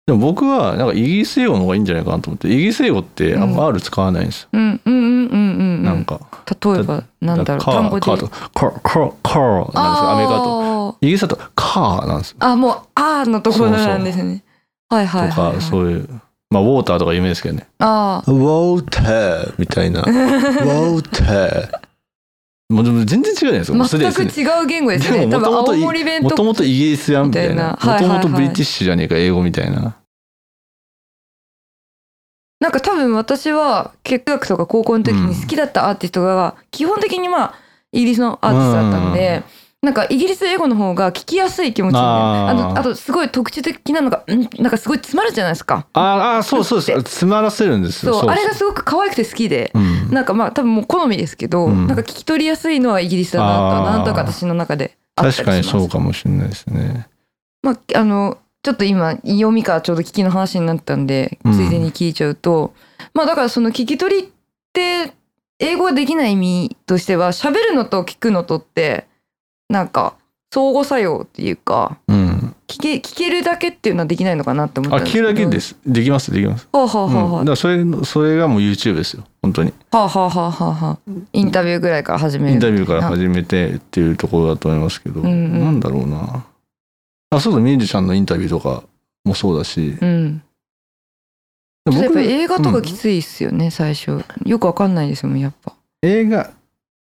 [SPEAKER 2] でも僕は、なんかイギリス英語の方がいいんじゃないかなと思って、イギリス英語ってあんま R 使わないんですよ。
[SPEAKER 1] えうんうんうんうんうん
[SPEAKER 2] なんか、
[SPEAKER 1] 例えばなんだろう
[SPEAKER 2] カ
[SPEAKER 1] 単
[SPEAKER 2] ー、
[SPEAKER 1] 語で
[SPEAKER 2] カーとか、カー、カー、カーなんですよ、アメリカだと。
[SPEAKER 1] あ
[SPEAKER 2] イギリスだとカーなんですよ。
[SPEAKER 1] ああもう「あ」のところなんですねはいはい
[SPEAKER 2] と
[SPEAKER 1] はい、は
[SPEAKER 2] か、
[SPEAKER 1] い、
[SPEAKER 2] そういう。まあ、ウォーターとか有名ですけどね。
[SPEAKER 1] あ
[SPEAKER 2] ウォーターみた いな。ウォーター。もうでも全然違うじゃないですか。もう
[SPEAKER 1] あ
[SPEAKER 2] すでに
[SPEAKER 1] 全く
[SPEAKER 2] すでに
[SPEAKER 1] 違う言語ですね
[SPEAKER 2] で
[SPEAKER 1] 多分
[SPEAKER 2] も元
[SPEAKER 1] 青
[SPEAKER 2] 々い
[SPEAKER 1] 森弁
[SPEAKER 2] もと
[SPEAKER 1] と
[SPEAKER 2] もとイギリスやんみたいな。
[SPEAKER 1] みた
[SPEAKER 2] も
[SPEAKER 1] い
[SPEAKER 2] と
[SPEAKER 1] なはいはいは
[SPEAKER 2] も
[SPEAKER 1] い
[SPEAKER 2] とブリティッシュじゃねえか、英語みたいな。
[SPEAKER 1] なんか多分私は結学とか高校の時に好きだったアーティストが基本的にまあイギリスのアーティストだったので、なんかイギリス英語の方が聞きやすい気持ちに
[SPEAKER 2] あー
[SPEAKER 1] あとあとすごい特徴的なのがうんなんかすごい詰まるじゃないですか
[SPEAKER 2] あああ、そうそうです。詰まらせるんです
[SPEAKER 1] そ
[SPEAKER 2] よ。
[SPEAKER 1] う
[SPEAKER 2] そう
[SPEAKER 1] あれがすごく可愛くて好きで、
[SPEAKER 2] うん
[SPEAKER 1] なんかまあ多分もう好みですけど、
[SPEAKER 2] うん
[SPEAKER 1] なんか聞き取りやすいのはイギリスだなと
[SPEAKER 2] あー
[SPEAKER 1] なんとか私の中であった
[SPEAKER 2] 確か
[SPEAKER 1] り
[SPEAKER 2] に
[SPEAKER 1] します
[SPEAKER 2] そうかもしれないですね。
[SPEAKER 1] まあ、あのちょっと今読みからちょうど聞きの話になったんで
[SPEAKER 2] うん
[SPEAKER 1] ついでに聞いちゃうと、まあだからその聞き取りって英語ができない意味としては喋るのと聞くのとってなんか相互作用っていうか
[SPEAKER 2] うん。
[SPEAKER 1] 聞け聞けるだけっていうのはできないのかなって思っ
[SPEAKER 2] あ、
[SPEAKER 1] たんですけ
[SPEAKER 2] 聞ける
[SPEAKER 1] ど
[SPEAKER 2] だけですす。できます、できます。
[SPEAKER 1] はあはあ
[SPEAKER 2] うん、だ
[SPEAKER 1] はあはあ、
[SPEAKER 2] からそれの、それがもう YouTube ですよ。本当に。
[SPEAKER 1] はあはあはあはあはあインタビューぐらいから始め
[SPEAKER 2] イ
[SPEAKER 1] る
[SPEAKER 2] ンタビューから始めてっていうところだと思いますけど、
[SPEAKER 1] うんうん
[SPEAKER 2] なんだろうなあそうだミュージシャンのインタビューとかもそうだし
[SPEAKER 1] うん、ちょ
[SPEAKER 2] で
[SPEAKER 1] っ
[SPEAKER 2] も
[SPEAKER 1] とやっ
[SPEAKER 2] 僕
[SPEAKER 1] ぱ映画と
[SPEAKER 2] う
[SPEAKER 1] か
[SPEAKER 2] ん
[SPEAKER 1] きついっすよね、最初よくわかんないですもんやっぱ
[SPEAKER 2] 映画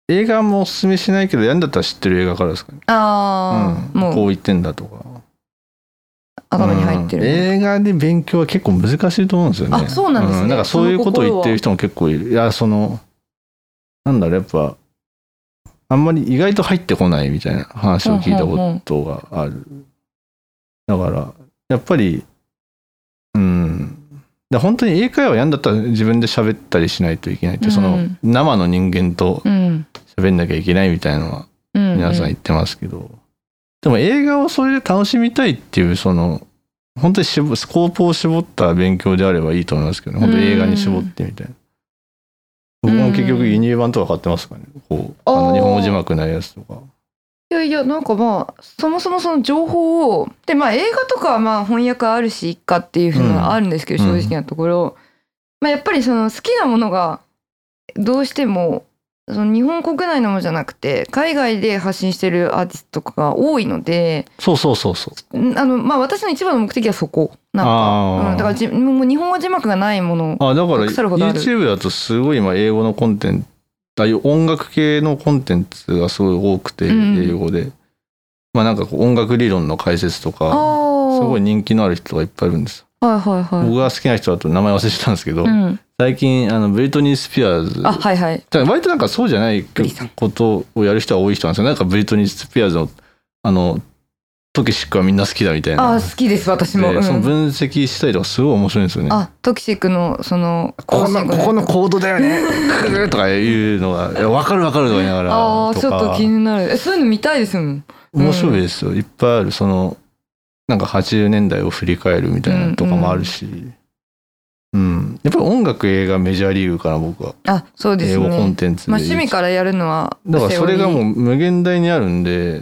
[SPEAKER 2] 映画もおすすめしないけどやんだったら知ってる映画からですかね、
[SPEAKER 1] ああ、
[SPEAKER 2] うん、こ
[SPEAKER 1] もう
[SPEAKER 2] う言ってんだとか
[SPEAKER 1] 頭に入ってる、
[SPEAKER 2] うん映画で勉強は結構難しいと思うんですよね
[SPEAKER 1] あそうなんですね
[SPEAKER 2] なんかそういうことを言ってる人も結構いるいやそのなんだろうやっぱあんまり意外と入ってこないみたいな話を聞いたことことがある。だから、やっぱり、うん。で本当に英会話やんだったら自分で喋ったりしないといけないって、
[SPEAKER 1] うん
[SPEAKER 2] その生の人間と
[SPEAKER 1] うん
[SPEAKER 2] 喋んなきゃいけないみたいなのは
[SPEAKER 1] うん、
[SPEAKER 2] 皆さん言ってますけど、でも映画をそれで楽しみたいっていう、その、本当に絞スコープを絞った勉強であればいいと思いますけどね、本当に映画に絞ってみたいな。
[SPEAKER 1] うん
[SPEAKER 2] 僕も結局輸入版とか買ってますからね、こう、あ
[SPEAKER 1] あー
[SPEAKER 2] の日本語字幕ないやつとか。
[SPEAKER 1] いやいやなんかまあそもそもその情報をでまあ映画とかはまあ翻訳あるしいっかっていうふうなのはあるんですけど、
[SPEAKER 2] うん
[SPEAKER 1] 正直なところ、まあ、やっぱりその好きなものがどうしてもその日本国内のものじゃなくて海外で発信してるアーティストとかが多いので
[SPEAKER 2] そうそうそうそ
[SPEAKER 1] んあのまあ私の一番の目的はそこなん
[SPEAKER 2] あ
[SPEAKER 1] か、
[SPEAKER 2] ー
[SPEAKER 1] うん、だからじもう日本語字幕がないもの
[SPEAKER 2] う。あ、だから
[SPEAKER 1] 腐るほどある
[SPEAKER 2] YouTube だとすごい今英語のコンテンツ、あ音楽系のコンテンツがすごい多くて、
[SPEAKER 1] うん
[SPEAKER 2] 英語で。まあなんかこう音楽理論の解説と
[SPEAKER 1] あ
[SPEAKER 2] か、す
[SPEAKER 1] ー
[SPEAKER 2] ごい人気のある人がいっぱいいるんです。
[SPEAKER 1] はいはいはい
[SPEAKER 2] 僕が好きな人だと名前忘れてたんですけど、
[SPEAKER 1] うん、
[SPEAKER 2] 最近あのブリトニー・スピアーズ。
[SPEAKER 1] あはいはい
[SPEAKER 2] だから割となんかそうじゃない
[SPEAKER 1] ブリさん
[SPEAKER 2] ことをやる人は多い人なんですよ。なんかブリトニー・スピアーズの、あの、トキシックはみんな好きだみたい
[SPEAKER 1] あ
[SPEAKER 2] な。
[SPEAKER 1] ー好きです私も、う
[SPEAKER 2] で、
[SPEAKER 1] ん
[SPEAKER 2] その分析したりとかすごい面白いんですよね。
[SPEAKER 1] あトキシックのその
[SPEAKER 2] ここの
[SPEAKER 1] 更新
[SPEAKER 2] こ
[SPEAKER 1] 後
[SPEAKER 2] このコードだよね。 クーとかいうのがいやわかるわかるとか言いながら
[SPEAKER 1] ああ
[SPEAKER 2] と
[SPEAKER 1] ちょっと
[SPEAKER 2] か
[SPEAKER 1] 気になるえそういうの見たいですもん
[SPEAKER 2] 面白いですよ。いっぱいあるそのなんか80年代を振り返るみたいなのとかもあるし、うんやっぱり音楽映画メジャーリーグから僕は
[SPEAKER 1] あそうです
[SPEAKER 2] 英語コン
[SPEAKER 1] ね。
[SPEAKER 2] テンツで、
[SPEAKER 1] まあ趣味からやるのは
[SPEAKER 2] だからそれがもう
[SPEAKER 1] う
[SPEAKER 2] 無限大にあるんで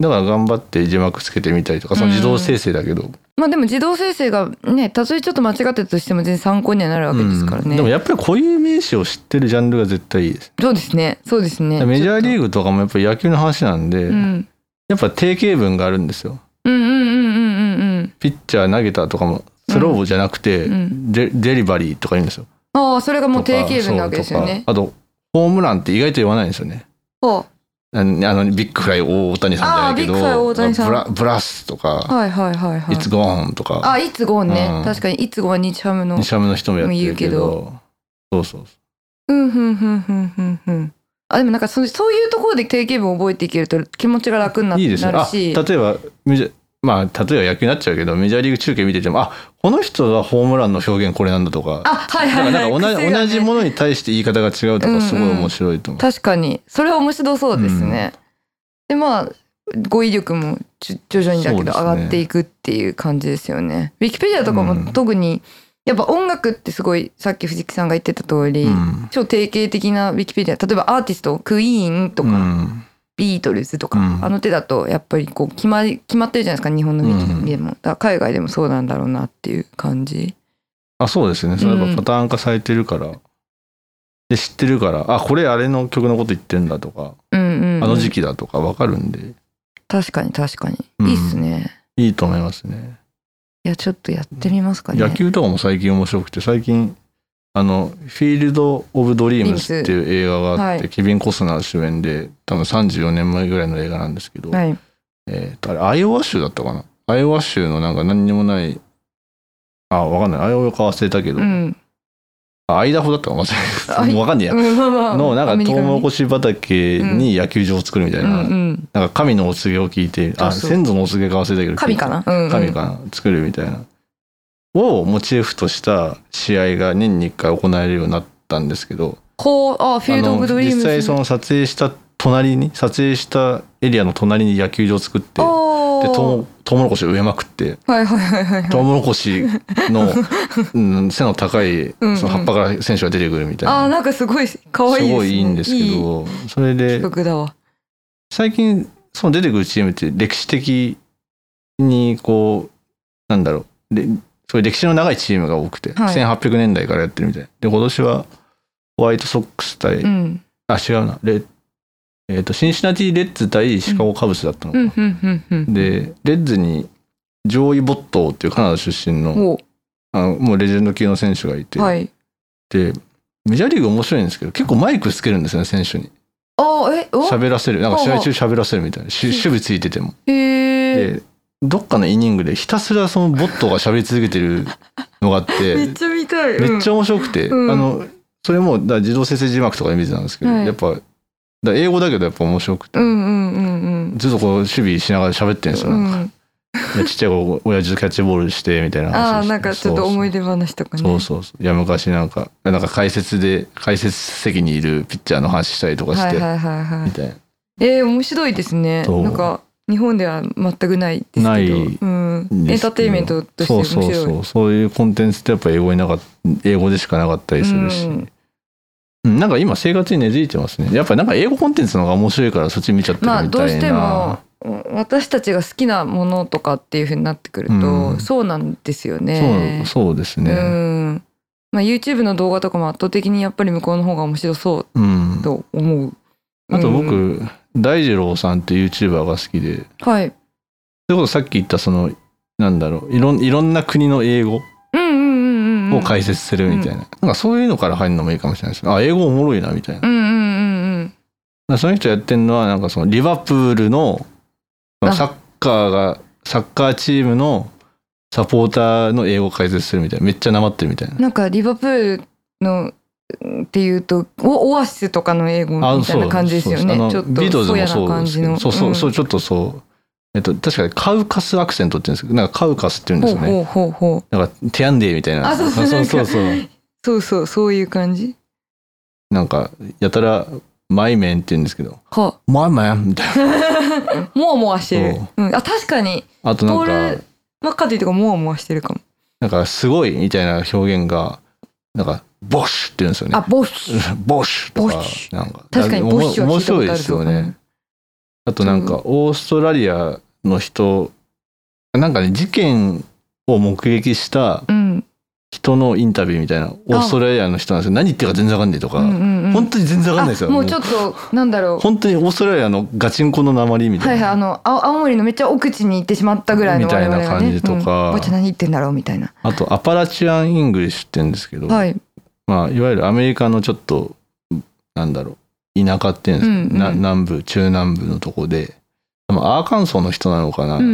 [SPEAKER 2] だから頑張って字幕つけてみたりとかその自動生成だけど、
[SPEAKER 1] まあでも自動生成がねたとえちょっと間違ってたとしても全然参考にはなるわけですから
[SPEAKER 2] うん
[SPEAKER 1] ね。
[SPEAKER 2] でもやっぱりこういう名詞を知ってるジャンルが絶対いいです
[SPEAKER 1] そうですねそうですね。
[SPEAKER 2] メジャーリー
[SPEAKER 1] グ、
[SPEAKER 2] グとかもやっぱり野球の話なんで、
[SPEAKER 1] うん、
[SPEAKER 2] やっぱ定型文があるんですよ
[SPEAKER 1] うんうんうんうんうんうん
[SPEAKER 2] ピッチャー投げたとかもスローじゃなくて、
[SPEAKER 1] うん
[SPEAKER 2] デデリバリーとか言うんですよ
[SPEAKER 1] ああそれがもう定型文なわけで
[SPEAKER 2] とか
[SPEAKER 1] す
[SPEAKER 2] そう
[SPEAKER 1] よ
[SPEAKER 2] とか
[SPEAKER 1] ね。
[SPEAKER 2] あとホームランって意外と言わないんですよね
[SPEAKER 1] は
[SPEAKER 2] あのあのビッグフライ大谷さんじゃないけど
[SPEAKER 1] あービッグフライ大谷さん
[SPEAKER 2] ブラブラスと
[SPEAKER 1] あ
[SPEAKER 2] か、
[SPEAKER 1] はいはいはいはい
[SPEAKER 2] い、。つゴーンとか
[SPEAKER 1] あいつゴーンね、
[SPEAKER 2] うん
[SPEAKER 1] 確かにいつゴーンは日ハムの
[SPEAKER 2] 二社目の人もやってるけどそうそうそ
[SPEAKER 1] うんふんふんふんふんふんあでもなんかそそういうところで定型文を覚えていけると気持ちが楽にな
[SPEAKER 2] ういいです
[SPEAKER 1] な
[SPEAKER 2] ね
[SPEAKER 1] る
[SPEAKER 2] あ
[SPEAKER 1] し
[SPEAKER 2] 例えばメジャーまあ例えば野球になっちゃうけどメジャーリーグ中継見ててもあこの人はホームランの表現これなんだとか
[SPEAKER 1] あはい
[SPEAKER 2] だか
[SPEAKER 1] は
[SPEAKER 2] ら
[SPEAKER 1] いは
[SPEAKER 2] ないんか同じ,、
[SPEAKER 1] 癖が
[SPEAKER 2] 同
[SPEAKER 1] ね
[SPEAKER 2] じものに対して言い方が違うと
[SPEAKER 1] うんう
[SPEAKER 2] か
[SPEAKER 1] ん
[SPEAKER 2] すごい面白いと思う、
[SPEAKER 1] 確かにそれは面白そうですね、でまあ語彙力もちょ徐々にだけど
[SPEAKER 2] そう
[SPEAKER 1] 上
[SPEAKER 2] ですね
[SPEAKER 1] がっていくっていう感じですよねウィキペディアとか
[SPEAKER 2] うん
[SPEAKER 1] も特に、やっぱ音楽ってすごいさっき藤木さんが言ってた通り、
[SPEAKER 2] うん
[SPEAKER 1] 超定型的なウィキペディア例えばアーティストクイーンとか、
[SPEAKER 2] うん
[SPEAKER 1] ビートルズとか、
[SPEAKER 2] うん
[SPEAKER 1] あの手だとやっぱりこう決まり決まってるじゃないですか日本のウィキペディアも、だから海外でもそうなんだろうなっていう感じ
[SPEAKER 2] あそうですねそれやっぱパターン化されてるから、で知ってるからあこれあれの曲のこと言ってんだとか
[SPEAKER 1] うんうん、うん、
[SPEAKER 2] あの時期だとか分かるんで、
[SPEAKER 1] 確かに確かに、
[SPEAKER 2] うん
[SPEAKER 1] いいっすね
[SPEAKER 2] いいと思いますね
[SPEAKER 1] いやちょっとやってみますかね
[SPEAKER 2] 野球とかも最近面白くて最近あの「フィールド・オブ・ドリームス」っていう映画があって、
[SPEAKER 1] はい
[SPEAKER 2] ケビン・コスナー主演で多分34年前ぐらいの映画なんですけど、
[SPEAKER 1] はい
[SPEAKER 2] えーとあれアイオワ州だったかなアイオワ州のなんか何にもないあわかんないアイオワか忘れたけど、
[SPEAKER 1] うん
[SPEAKER 2] あアイダホだったか忘
[SPEAKER 1] あ
[SPEAKER 2] れた わかんねえや
[SPEAKER 1] うんまあまあ
[SPEAKER 2] のなん
[SPEAKER 1] ア
[SPEAKER 2] か
[SPEAKER 1] メリ
[SPEAKER 2] ト
[SPEAKER 1] カ
[SPEAKER 2] ウモ
[SPEAKER 1] の
[SPEAKER 2] ロコシ畑に野球場を作るみたいな、
[SPEAKER 1] うんうん
[SPEAKER 2] なんか神のお告げを聞いてあ
[SPEAKER 1] そうそう
[SPEAKER 2] 先祖のお告げか忘れたけど
[SPEAKER 1] 神かな、うんうん、
[SPEAKER 2] 神かな作るみたいなをモチーフとした試合が年に1回行われるようになったんですけど
[SPEAKER 1] こうあフィールド・オブ・
[SPEAKER 2] あ
[SPEAKER 1] ド
[SPEAKER 2] の
[SPEAKER 1] リーム
[SPEAKER 2] 実際その撮影した隣に撮影したエリアの隣に野球場を作ってでト
[SPEAKER 1] おー
[SPEAKER 2] ウモトウモロコシを植えまくって
[SPEAKER 1] はいはいはいはい
[SPEAKER 2] トウモロコシ の、うん背の高いそ
[SPEAKER 1] うん
[SPEAKER 2] の葉っぱから選手が出てくるみたいな。
[SPEAKER 1] あーなんかすごい可愛いです、ね、
[SPEAKER 2] すごいいいんですけどそれ
[SPEAKER 1] いい
[SPEAKER 2] で
[SPEAKER 1] 企画だわ
[SPEAKER 2] 最近その出てくるチームって歴史的にこうなんだろうでそういう歴史の長いチームが多くて、
[SPEAKER 1] はい
[SPEAKER 2] 1800年代からやってるみたいで今年はホワイトソックス対、
[SPEAKER 1] うん
[SPEAKER 2] あ違うなレ、えー、とシンシナティ・レッズ対シカゴ・カブスだったのか
[SPEAKER 1] う
[SPEAKER 2] な、
[SPEAKER 1] んうんうんうん
[SPEAKER 2] でレッズにジョーイ・ボットーっていうカナダ出身の
[SPEAKER 1] お
[SPEAKER 2] あのもうレジェンド級の選手がいて、
[SPEAKER 1] はい
[SPEAKER 2] でメジャーリーグ面白いんですけど結構マイクつけるんですよね選手に
[SPEAKER 1] あえお
[SPEAKER 2] 喋らせるなんか試合中喋らせるみたいなし
[SPEAKER 1] うん
[SPEAKER 2] 守備ついてても
[SPEAKER 1] へえ
[SPEAKER 2] でどっかのイニングでひたすらそのボットが喋り続けてるのがあって
[SPEAKER 1] めっちゃ見たい、うん
[SPEAKER 2] めっちゃ面白くて、
[SPEAKER 1] うん
[SPEAKER 2] あのそれもだから自動生成字幕とかで見てたんですけど、
[SPEAKER 1] はい
[SPEAKER 2] やっぱだから英語だけどやっぱ面白くて、
[SPEAKER 1] うんうんうんうん
[SPEAKER 2] ずっとこう守備しながら喋ってるんですよ、なんか
[SPEAKER 1] うん
[SPEAKER 2] でちっちゃい子親父とキャッチボールしてみたいな話
[SPEAKER 1] ああ
[SPEAKER 2] をして
[SPEAKER 1] なんかちょっと思い
[SPEAKER 2] 出
[SPEAKER 1] 出話とかね
[SPEAKER 2] そうそうそうそういや昔なんかなんか解説で解説席にいるピッチャーの話したりとかして、
[SPEAKER 1] はいはいはいは
[SPEAKER 2] み
[SPEAKER 1] い
[SPEAKER 2] たいな
[SPEAKER 1] えー、面白いですね
[SPEAKER 2] そう
[SPEAKER 1] なんか日本では全くないですけど
[SPEAKER 2] ない
[SPEAKER 1] うん、
[SPEAKER 2] ですけど
[SPEAKER 1] エンターテインメントとして
[SPEAKER 2] そう
[SPEAKER 1] 面白
[SPEAKER 2] そ
[SPEAKER 1] いう
[SPEAKER 2] そうそういうコンテンツってやっぱ英語になかっ英語でしかなかったりするし、
[SPEAKER 1] うん
[SPEAKER 2] うんなんか今生活に根付いてますねやっぱなんか英語コンテンツの方が面白いからそっち見ちゃってるみ
[SPEAKER 1] ま
[SPEAKER 2] たいな、
[SPEAKER 1] あどうしても私たちが好きなものとかっていうふうになってくると、
[SPEAKER 2] うん
[SPEAKER 1] そうなんですよね
[SPEAKER 2] そうそうですね
[SPEAKER 1] うんまあ、YouTube の動画とかも圧倒的にやっぱり向こうの方が面白そう
[SPEAKER 2] うん、
[SPEAKER 1] と思う
[SPEAKER 2] あと僕、
[SPEAKER 1] うん
[SPEAKER 2] 大二郎さんっていう YouTuber が好きで
[SPEAKER 1] はい
[SPEAKER 2] それこそさっき言ったそのなんだろういろんいろんな国の英語
[SPEAKER 1] うんうんうんうんうん
[SPEAKER 2] を解説するみたいな,、なんかそういうのから入るのもいいかもしれないですあ英語おもろいなみたいな
[SPEAKER 1] うんうんうんうん
[SPEAKER 2] だからその人やってるのはなんかそのリバプールの
[SPEAKER 1] あ
[SPEAKER 2] サッカーがサッカーチームのサポーターの英語解説するみたいなめっちゃなまってるみたいな。
[SPEAKER 1] なんかリバプールのうんっていうとオオアシスとかの英語みたいな感じですよね
[SPEAKER 2] そ
[SPEAKER 1] ちょっ
[SPEAKER 2] うそうあの
[SPEAKER 1] と
[SPEAKER 2] ビート
[SPEAKER 1] そ
[SPEAKER 2] ルズ
[SPEAKER 1] う
[SPEAKER 2] も
[SPEAKER 1] やな
[SPEAKER 2] そう
[SPEAKER 1] 感
[SPEAKER 2] です
[SPEAKER 1] じ
[SPEAKER 2] けど
[SPEAKER 1] の
[SPEAKER 2] そうそうそうちょっとそうえっと確かにカウカスアクセントって言うんですけどなんかカウカスって言うんですよ
[SPEAKER 1] ほ
[SPEAKER 2] ね
[SPEAKER 1] うほうほうほう
[SPEAKER 2] なんかテヤンデーみたいな
[SPEAKER 1] あそうそう
[SPEAKER 2] そうそうそう
[SPEAKER 1] そうそうそういう感じ
[SPEAKER 2] なんかやたらマイメンって言うんですけど、
[SPEAKER 1] は
[SPEAKER 2] マイメンみた いな。
[SPEAKER 1] あ、もわもわしてる。うん、あ、確かに。
[SPEAKER 2] あと
[SPEAKER 1] ポー
[SPEAKER 2] なん
[SPEAKER 1] ル
[SPEAKER 2] か、
[SPEAKER 1] マッカーティーとかもわもわしてるかも。
[SPEAKER 2] なんかすごいみたいな表現が、なんか、ボッシュって言うんですよね
[SPEAKER 1] あ、。ボッシュ。
[SPEAKER 2] ボッシュと
[SPEAKER 1] ボッ
[SPEAKER 2] か
[SPEAKER 1] シ、
[SPEAKER 2] なんか、
[SPEAKER 1] 確かにボッシュは聞いた
[SPEAKER 2] 面
[SPEAKER 1] こ
[SPEAKER 2] 白い
[SPEAKER 1] とあ
[SPEAKER 2] で
[SPEAKER 1] る
[SPEAKER 2] すよね。。あとなん
[SPEAKER 1] う
[SPEAKER 2] かオーストラリアの人なんかね事件を目撃した
[SPEAKER 1] うん。
[SPEAKER 2] 人のインタビューみたいなオーストラリアの人なんですよ何言ってるか全然わかんないとか、
[SPEAKER 1] うんうんうん
[SPEAKER 2] 本当に全然わかんないですよ
[SPEAKER 1] あもう
[SPEAKER 2] もう
[SPEAKER 1] ちょっと、なんだろう。
[SPEAKER 2] 本当にオーストラリアのガチンコの鉛み
[SPEAKER 1] は
[SPEAKER 2] た
[SPEAKER 1] いはい、
[SPEAKER 2] いな、
[SPEAKER 1] あの、あ青森のめっちゃ奥地に行ってしまったぐらいの我々が、ね。
[SPEAKER 2] みたいな感じとか
[SPEAKER 1] うんおばあちゃん何言ってんだろうみたいな。
[SPEAKER 2] あとアパラチアン・イングリッシュって言うんですけど、
[SPEAKER 1] はい。
[SPEAKER 2] まあ、いわゆるアメリカのちょっとなんだろう田舎っていうんですか、
[SPEAKER 1] うんうん
[SPEAKER 2] な南部中南部のとこででもアーカンソーの人なのかな、
[SPEAKER 1] うん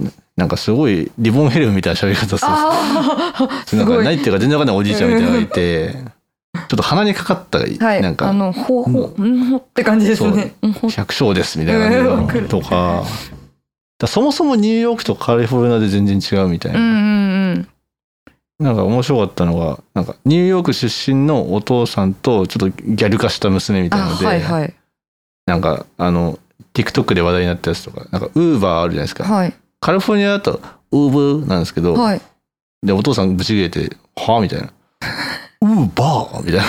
[SPEAKER 1] うん。
[SPEAKER 2] なんかすごいリボンヘルムみたいな喋り方するんですよ
[SPEAKER 1] ああ、す
[SPEAKER 2] なん
[SPEAKER 1] ご
[SPEAKER 2] か
[SPEAKER 1] い。
[SPEAKER 2] ないっていうか全然わかんないおじいちゃんみたいなのがい て、ちょっと鼻にかかった、
[SPEAKER 1] はい、
[SPEAKER 2] なん
[SPEAKER 1] あ
[SPEAKER 2] か、
[SPEAKER 1] のほほ、うん、ほって感じですね。うんほ
[SPEAKER 2] 百姓ですみたいな
[SPEAKER 1] うんわ
[SPEAKER 2] 感じ
[SPEAKER 1] か
[SPEAKER 2] の
[SPEAKER 1] る
[SPEAKER 2] とか、だそもそもニューヨークとカリフォルニアで全然違うみたい
[SPEAKER 1] うんうんう
[SPEAKER 2] な。
[SPEAKER 1] ん。
[SPEAKER 2] なんか面白かったのが、なんかニューヨーク出身のお父さんとちょっとギャル化した娘みたい
[SPEAKER 1] あ、
[SPEAKER 2] なので、
[SPEAKER 1] はいはい
[SPEAKER 2] なんかあの、TikTok で話題になったやつとか、なんか Uber あるじゃないですか。
[SPEAKER 1] はい
[SPEAKER 2] カリフォルニアだと Uber なんですけど、
[SPEAKER 1] はい。
[SPEAKER 2] で、お父さんぶち切れて、はあみたいな。Uber! みた いな。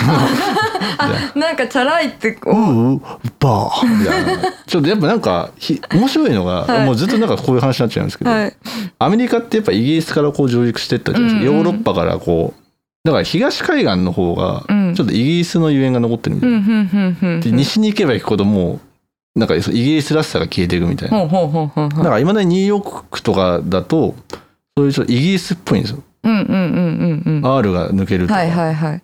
[SPEAKER 1] あ、なんかチャラいって、お
[SPEAKER 2] ううバーみたいなちょっとやっぱなんかひ面白いのが、
[SPEAKER 1] はい
[SPEAKER 2] もうずっとなんかこういう話になっちゃうんですけど、
[SPEAKER 1] はい。
[SPEAKER 2] アメリカってやっぱイギリスからこう上陸してったじゃないですか、
[SPEAKER 1] うんうん
[SPEAKER 2] ヨーロッパからこうだから東海岸の方が
[SPEAKER 1] うん
[SPEAKER 2] ちょっとイギリスのゆえんが残ってるみた
[SPEAKER 1] う
[SPEAKER 2] い
[SPEAKER 1] ん
[SPEAKER 2] な、
[SPEAKER 1] うんうんうん
[SPEAKER 2] で。西に行けば行くほどもうなんかイギリスらしさが消えていくみたいな、
[SPEAKER 1] ほうほうほうほうほ
[SPEAKER 2] だ
[SPEAKER 1] う。
[SPEAKER 2] からいまだにニューヨークとかだとそういうちょっとイギリスっぽいんですよ、
[SPEAKER 1] うんうんうんうんうん。
[SPEAKER 2] R が抜けるとか,、
[SPEAKER 1] はいはいはい。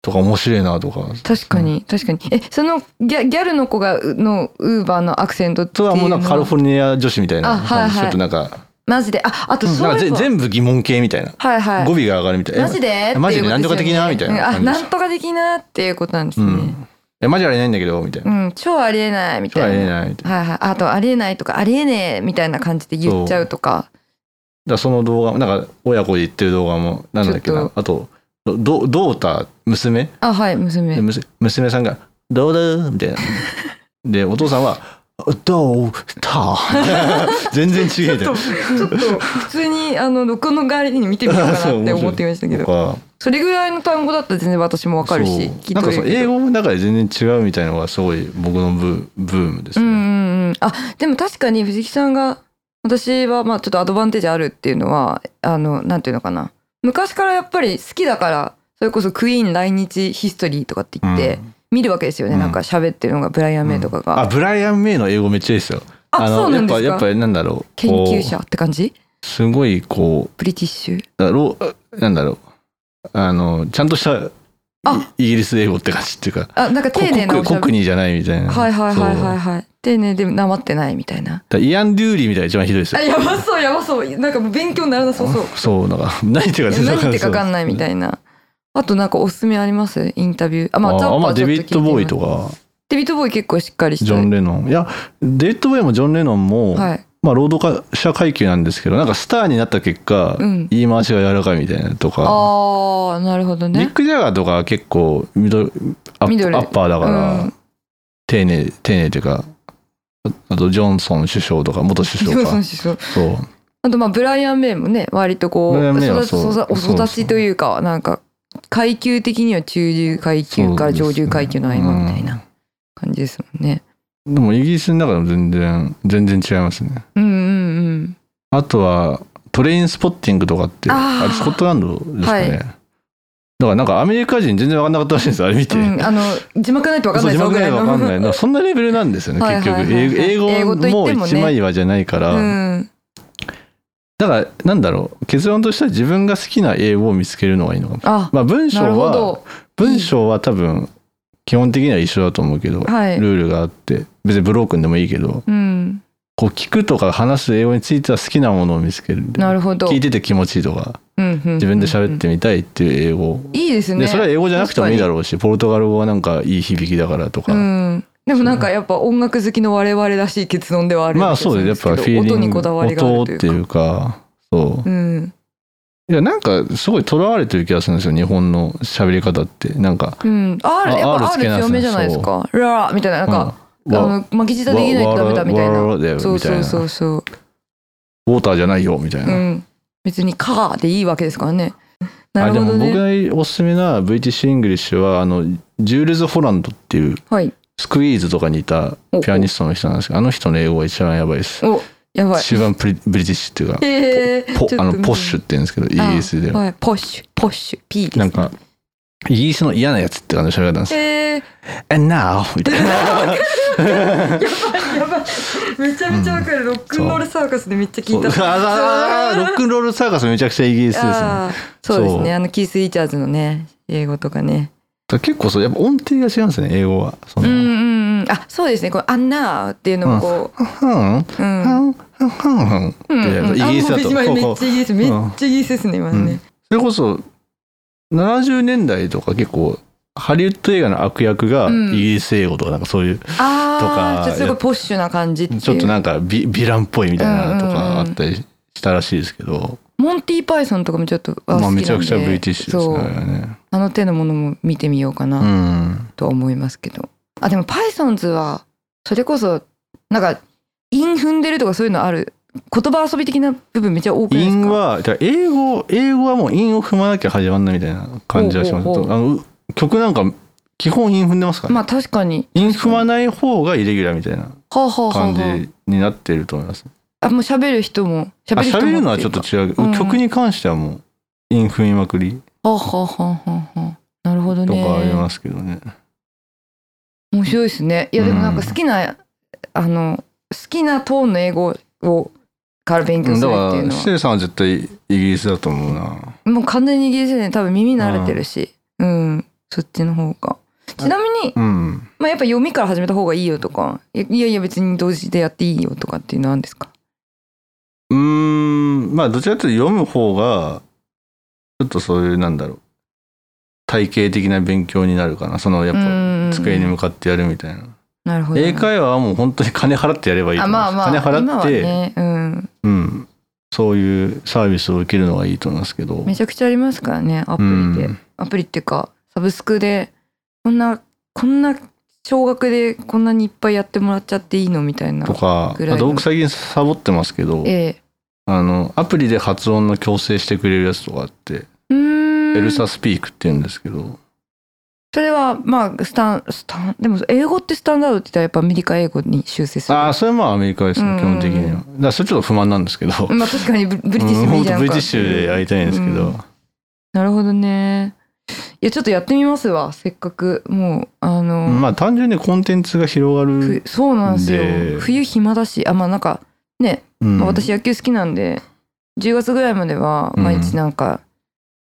[SPEAKER 2] とか面白いなとか
[SPEAKER 1] 確かに確かに。え、そのギャギャルの子がうのウーバーのアクセントって
[SPEAKER 2] そ
[SPEAKER 1] いう
[SPEAKER 2] れ
[SPEAKER 1] の
[SPEAKER 2] はもうなんかカリフォルニア女子みたいな、
[SPEAKER 1] あはいはい
[SPEAKER 2] ちょっとなんか,、
[SPEAKER 1] マジで、あ、あと
[SPEAKER 2] なん
[SPEAKER 1] そう
[SPEAKER 2] か
[SPEAKER 1] い
[SPEAKER 2] ぜ
[SPEAKER 1] えば、
[SPEAKER 2] 全部疑問系みたいな
[SPEAKER 1] はいはい。
[SPEAKER 2] 語尾が上がるみたいな。
[SPEAKER 1] マジで
[SPEAKER 2] えマジ
[SPEAKER 1] っ
[SPEAKER 2] で
[SPEAKER 1] ていう
[SPEAKER 2] なんとか
[SPEAKER 1] ことすよね
[SPEAKER 2] 的なみたいな
[SPEAKER 1] うんあ、
[SPEAKER 2] 感じです
[SPEAKER 1] なんとか的なっていうことなんです
[SPEAKER 2] う
[SPEAKER 1] ね。
[SPEAKER 2] ん。え、マジあれないんだけど、みたいうな。
[SPEAKER 1] ん、超ありえないみ
[SPEAKER 2] ちょ
[SPEAKER 1] た
[SPEAKER 2] あ
[SPEAKER 1] い
[SPEAKER 2] れない
[SPEAKER 1] な。
[SPEAKER 2] ないみたいな。だか
[SPEAKER 1] はいはい、あとありえないとかありえねえみたいな感じで言っちゃうとから
[SPEAKER 2] その動画も、なんか親子で言ってる動画も、なんだっけ
[SPEAKER 1] ちょ
[SPEAKER 2] な
[SPEAKER 1] っ。
[SPEAKER 2] あと、ど、どどうた、娘
[SPEAKER 1] あはい
[SPEAKER 2] で
[SPEAKER 1] 娘
[SPEAKER 2] 娘娘さんが、どうだみたい な。で、お父さんは、どう た全然
[SPEAKER 1] ち
[SPEAKER 2] 違
[SPEAKER 1] ょ
[SPEAKER 2] え
[SPEAKER 1] っと
[SPEAKER 2] て
[SPEAKER 1] ちょ
[SPEAKER 2] る。
[SPEAKER 1] っと普通にあの録音の代わりに見てみようかなって思ってましたけ
[SPEAKER 2] と
[SPEAKER 1] ど
[SPEAKER 2] か
[SPEAKER 1] それぐらいの単語だったら全然私もわかるし
[SPEAKER 2] そうなんかそう英
[SPEAKER 1] 語
[SPEAKER 2] 語の中で全然違うみたいなのがすごい僕のブブームです
[SPEAKER 1] うんう
[SPEAKER 2] ね。
[SPEAKER 1] んうんあでも確かに藤木さんが私はまあちょっとアドバンテージあるっていうのはあのなんていうのかな昔からやっぱり好きだからそれこそクイーン来日ヒストリーとかって言って
[SPEAKER 2] うん
[SPEAKER 1] 見るわけですよね、
[SPEAKER 2] うん
[SPEAKER 1] なんか喋ってるのがブライアン・メイとかが、
[SPEAKER 2] あブライアン・メイの英語めっちゃいいですよ。
[SPEAKER 1] あ
[SPEAKER 2] の
[SPEAKER 1] そうなんですか
[SPEAKER 2] やっぱやっぱなんだろう
[SPEAKER 1] 研
[SPEAKER 2] こう
[SPEAKER 1] 究者って感じ
[SPEAKER 2] すごいこ
[SPEAKER 1] ブリティッシュ
[SPEAKER 2] うローなんだろうあのちゃんとした
[SPEAKER 1] あ
[SPEAKER 2] イイギリス英語って感じっていうか
[SPEAKER 1] あなんか丁寧な
[SPEAKER 2] こ
[SPEAKER 1] おしゃべり
[SPEAKER 2] 国国にじゃないみたいな
[SPEAKER 1] はいはいはいはい
[SPEAKER 2] そう
[SPEAKER 1] はい丁寧でなまってないみたいな
[SPEAKER 2] だイアン・デューリーみたいな一番ひどいです
[SPEAKER 1] あ
[SPEAKER 2] よ
[SPEAKER 1] やばそうやばそうなんかもう勉強にならなそうそう
[SPEAKER 2] そうなんか何言ってるか
[SPEAKER 1] 何言ってか分かんないみ
[SPEAKER 2] い
[SPEAKER 1] たいなあとなんかおすすめありますインタビューあまあ
[SPEAKER 2] あ
[SPEAKER 1] ザッパ
[SPEAKER 2] あまあ
[SPEAKER 1] ーちょ
[SPEAKER 2] デ
[SPEAKER 1] っ
[SPEAKER 2] ビ
[SPEAKER 1] 聞い
[SPEAKER 2] ッ
[SPEAKER 1] て
[SPEAKER 2] ド・
[SPEAKER 1] み
[SPEAKER 2] ボーイ
[SPEAKER 1] ます
[SPEAKER 2] とか
[SPEAKER 1] デビッドボーイ結構しっかりして
[SPEAKER 2] ジョン・レノンいやデビッド・ボーイもジョン・レノンも、
[SPEAKER 1] はい
[SPEAKER 2] まあ労働者階級なんですけどなんかスターになった結果、
[SPEAKER 1] うん
[SPEAKER 2] 言い回しが柔らかいみたいなとか
[SPEAKER 1] あーなるほど
[SPEAKER 2] ビッ
[SPEAKER 1] ね
[SPEAKER 2] ク・ジャガーとかは結構ミドルアッ
[SPEAKER 1] ミドル
[SPEAKER 2] アッパーだから、
[SPEAKER 1] うん
[SPEAKER 2] 丁寧丁寧というかああとジョンソン首相とか元首
[SPEAKER 1] ジョ
[SPEAKER 2] 相
[SPEAKER 1] ンソン
[SPEAKER 2] か
[SPEAKER 1] 首相
[SPEAKER 2] そう
[SPEAKER 1] あとまあブライアン・メイもね割とこ
[SPEAKER 2] ブライアン
[SPEAKER 1] う
[SPEAKER 2] メイは
[SPEAKER 1] 育ち
[SPEAKER 2] そう
[SPEAKER 1] 育お
[SPEAKER 2] そうそう
[SPEAKER 1] 育ちというかなんか階級的には中流階級から上流階級の合間みたいな感じですもんね。
[SPEAKER 2] でもイギリスの中でも全然全然違いますね
[SPEAKER 1] うんうん
[SPEAKER 2] あとはトレインスポッティングとかって
[SPEAKER 1] あ
[SPEAKER 2] あ
[SPEAKER 1] ー
[SPEAKER 2] れスコットランドですかね、
[SPEAKER 1] はい
[SPEAKER 2] だからなんかアメリカ人全然分かんなかったらしいんですよあれ見て、
[SPEAKER 1] うん。うん、あの字幕ないとわかん
[SPEAKER 2] そう
[SPEAKER 1] ない
[SPEAKER 2] 字
[SPEAKER 1] ぞ
[SPEAKER 2] 幕
[SPEAKER 1] ぐ
[SPEAKER 2] な
[SPEAKER 1] らい
[SPEAKER 2] い
[SPEAKER 1] の。
[SPEAKER 2] わかんないなんか そんなレベルなんですよね
[SPEAKER 1] はいはい
[SPEAKER 2] 結
[SPEAKER 1] はい
[SPEAKER 2] 局
[SPEAKER 1] はい
[SPEAKER 2] 英語
[SPEAKER 1] 英語と言って
[SPEAKER 2] も
[SPEAKER 1] もね
[SPEAKER 2] 一枚岩じゃないから、
[SPEAKER 1] うん、
[SPEAKER 2] だからなんだろう結論としては自分が好きな英語を見つけるのがいいのかも
[SPEAKER 1] あ
[SPEAKER 2] まあ文章
[SPEAKER 1] なるほ
[SPEAKER 2] は
[SPEAKER 1] ど。
[SPEAKER 2] 文章は多分基本的には一緒だと思うけど、
[SPEAKER 1] はい。
[SPEAKER 2] ルールがあって別にブロークンでもいいけど
[SPEAKER 1] うん、
[SPEAKER 2] こう聞くとか話す英語については好きなものを見つけるんで
[SPEAKER 1] なるほど。
[SPEAKER 2] 聞いてて気持ちいいとか
[SPEAKER 1] うんうん
[SPEAKER 2] 自分で喋っ。てみたいっていう英語、
[SPEAKER 1] いいですね。
[SPEAKER 2] でそれは英語じゃなくてもいいだろうしポルトガル語はなんかいい響きだからとか、
[SPEAKER 1] うん。でもなんかやっぱ音楽好きの我々らしい結論ではある
[SPEAKER 2] まあそうですやっぱフィー
[SPEAKER 1] 音
[SPEAKER 2] リン
[SPEAKER 1] に
[SPEAKER 2] グ
[SPEAKER 1] こだわりがあ
[SPEAKER 2] 音
[SPEAKER 1] る
[SPEAKER 2] っ
[SPEAKER 1] という
[SPEAKER 2] て
[SPEAKER 1] か。
[SPEAKER 2] いうかそ
[SPEAKER 1] う
[SPEAKER 2] う
[SPEAKER 1] ん。
[SPEAKER 2] いや、なんか、すごい囚われてる気がするんですよ、日本の喋り方って。なんか、
[SPEAKER 1] うん、R
[SPEAKER 2] あ
[SPEAKER 1] やっぱ
[SPEAKER 2] R つ
[SPEAKER 1] R
[SPEAKER 2] けな
[SPEAKER 1] 強
[SPEAKER 2] すね
[SPEAKER 1] めじゃないですかララみたいななんか、
[SPEAKER 2] うんわ
[SPEAKER 1] あの巻き舌できないとダメだみたい
[SPEAKER 2] わわ
[SPEAKER 1] な
[SPEAKER 2] わだよ
[SPEAKER 1] そう
[SPEAKER 2] みたい
[SPEAKER 1] そ
[SPEAKER 2] な
[SPEAKER 1] うそうそう
[SPEAKER 2] ウォーターじゃないよ、みたいうな。
[SPEAKER 1] ん別に「カー」でいいわけですからねな
[SPEAKER 2] あ
[SPEAKER 1] る
[SPEAKER 2] で
[SPEAKER 1] ほ
[SPEAKER 2] も
[SPEAKER 1] ど
[SPEAKER 2] 僕
[SPEAKER 1] ね
[SPEAKER 2] がおすすめな VTC イングリッシュはあのジュールズ・ホランドっていう
[SPEAKER 1] はい
[SPEAKER 2] スクイーズとかにいたピアニストの人なんですけどあの人の英語が一番やばいです
[SPEAKER 1] おやばい
[SPEAKER 2] 一番プリブリティッシュっていう か
[SPEAKER 1] へえ
[SPEAKER 2] ポあのポッシ
[SPEAKER 1] ュ
[SPEAKER 2] ュって言うんですけどイギリスでは
[SPEAKER 1] はいポッシュポッシュ P です
[SPEAKER 2] なんかイギリスの嫌なやつって感じの喋り方なんですよ
[SPEAKER 1] へえ
[SPEAKER 2] And now! みたいな
[SPEAKER 1] やばいやばいめちゃめちゃわかるロックンロールサーカスでめっちゃ聞いた
[SPEAKER 2] そうあああロックンロールサーカスめちゃくちゃイギリスですねだか
[SPEAKER 1] あーそうです
[SPEAKER 2] そう
[SPEAKER 1] ねあのキース・リチャーズのね英語とかね
[SPEAKER 2] ら結構そうやっぱ音程が違うんですね英語はそ
[SPEAKER 1] うん
[SPEAKER 2] の
[SPEAKER 1] うんうんあそうですねこの「アンナー」っていうのもこう
[SPEAKER 2] ふん
[SPEAKER 1] う
[SPEAKER 2] ふ
[SPEAKER 1] ん
[SPEAKER 2] んふんふんふんって
[SPEAKER 1] うんうん
[SPEAKER 2] イギリスだと
[SPEAKER 1] あもうめっちゃめ
[SPEAKER 2] こ
[SPEAKER 1] っ
[SPEAKER 2] う
[SPEAKER 1] ちゃイギリスめっちゃイギリスですね今のね
[SPEAKER 2] それこそ70年代とか結構ハリウッド映画の悪役が
[SPEAKER 1] うん
[SPEAKER 2] イギリス英語とかなんかそういう
[SPEAKER 1] ああ
[SPEAKER 2] とか
[SPEAKER 1] ちょっとすごいポッシュな感じっていう
[SPEAKER 2] ちょっとなんかビヴィランっぽいみたいなのと
[SPEAKER 1] うんうんうん
[SPEAKER 2] かあったりしたらしいですけど、
[SPEAKER 1] モンティ・パイソンとかもちょっとあ好き
[SPEAKER 2] ま
[SPEAKER 1] な
[SPEAKER 2] あ
[SPEAKER 1] んで
[SPEAKER 2] めちゃくちゃブリティッシュですね
[SPEAKER 1] そう
[SPEAKER 2] あれはね。
[SPEAKER 1] あの手のものも見てみようかな
[SPEAKER 2] うん
[SPEAKER 1] とは思いますけどあでもパイソンズはそれこそなんか韻踏んでるとかそういうのある言葉遊び的な部分めっちゃ多くないです
[SPEAKER 2] 韻
[SPEAKER 1] か
[SPEAKER 2] はだから英語英語はもう韻を踏まなきゃ始まんないみたいな感じはします。
[SPEAKER 1] ほうほうほ
[SPEAKER 2] あのう曲なんか基本韻踏んでますから、ね
[SPEAKER 1] まあ確かに
[SPEAKER 2] 韻踏まない方がイレギュラーみたいな
[SPEAKER 1] はあはあはあ
[SPEAKER 2] 感
[SPEAKER 1] は
[SPEAKER 2] じになってると思います。
[SPEAKER 1] ああもう喋る人も
[SPEAKER 2] あ
[SPEAKER 1] 喋る人も
[SPEAKER 2] 喋るのは
[SPEAKER 1] て
[SPEAKER 2] ち
[SPEAKER 1] いう
[SPEAKER 2] ょっ
[SPEAKER 1] か
[SPEAKER 2] と違うけど、
[SPEAKER 1] うん
[SPEAKER 2] 曲に関してはもう韻踏みまくり
[SPEAKER 1] はあはあはあはあはあなるほど
[SPEAKER 2] と
[SPEAKER 1] ね
[SPEAKER 2] かありますけどね。
[SPEAKER 1] 面白いですねいやでもなんか好きな、あの好きなトーンの英語をから勉強
[SPEAKER 2] うん
[SPEAKER 1] す
[SPEAKER 2] だ
[SPEAKER 1] るっ
[SPEAKER 2] か
[SPEAKER 1] ていう
[SPEAKER 2] ら
[SPEAKER 1] の
[SPEAKER 2] シ
[SPEAKER 1] は
[SPEAKER 2] テルさんは絶対イギリスだと思うな
[SPEAKER 1] もう完全にイギリスで多分耳慣れてるしうん、そっちの方がちなみに
[SPEAKER 2] うん
[SPEAKER 1] まあやっぱ読みから始めた方がいいよとかいやいやいや別に同時でやっていいよとかっていうのはあるんですか
[SPEAKER 2] うーんまあどちらかというと読む方がちょっとそういうなんだろう体系的な勉強になるかなそのやっぱ机に
[SPEAKER 1] 向
[SPEAKER 2] 向かってやるみたいな、
[SPEAKER 1] なるほど
[SPEAKER 2] 英会話はもう本当に金払ってやればいいと
[SPEAKER 1] あ
[SPEAKER 2] 思い
[SPEAKER 1] まあ
[SPEAKER 2] ます、
[SPEAKER 1] まあ
[SPEAKER 2] 金払って、
[SPEAKER 1] 今はね、うん、
[SPEAKER 2] うん、そういうサービスを受けるのがいいと思いますけど
[SPEAKER 1] めちゃくちゃありますからねアプ
[SPEAKER 2] う
[SPEAKER 1] リで、
[SPEAKER 2] ん
[SPEAKER 1] アプリっていうかサブスクでこんなこんな少額でこんなにいっぱいやってもらっちゃっていいのみたいな
[SPEAKER 2] とか
[SPEAKER 1] ぐらいの
[SPEAKER 2] あと僕最近サボってますけど
[SPEAKER 1] ええ
[SPEAKER 2] あのアプリで発音の矯正してくれるやつとかあって、
[SPEAKER 1] うーん
[SPEAKER 2] エルサスピークって言うんですけど
[SPEAKER 1] それはまあスタンスタンでも英語ってスタンダードって言ったらやっぱアメリカ英語に修正する
[SPEAKER 2] ああそれはまあアメリカですね、
[SPEAKER 1] うん
[SPEAKER 2] 基本的にはだからそれちょっと不満なんですけどブ
[SPEAKER 1] まあ確かにブブリティッシュもいいじゃんか
[SPEAKER 2] ブリティッシュでやりたいんですけど、
[SPEAKER 1] うんなるほどねいやちょっとやってみますわせっかくもうあの、
[SPEAKER 2] まあ単純にコンテンツが広が
[SPEAKER 1] ふ
[SPEAKER 2] る、
[SPEAKER 1] そうなんです
[SPEAKER 2] で
[SPEAKER 1] よ冬暇だしあまあなんかね
[SPEAKER 2] うん
[SPEAKER 1] まあ、私野球好きなんで10月ぐらいまでは
[SPEAKER 2] うん
[SPEAKER 1] 毎日なんか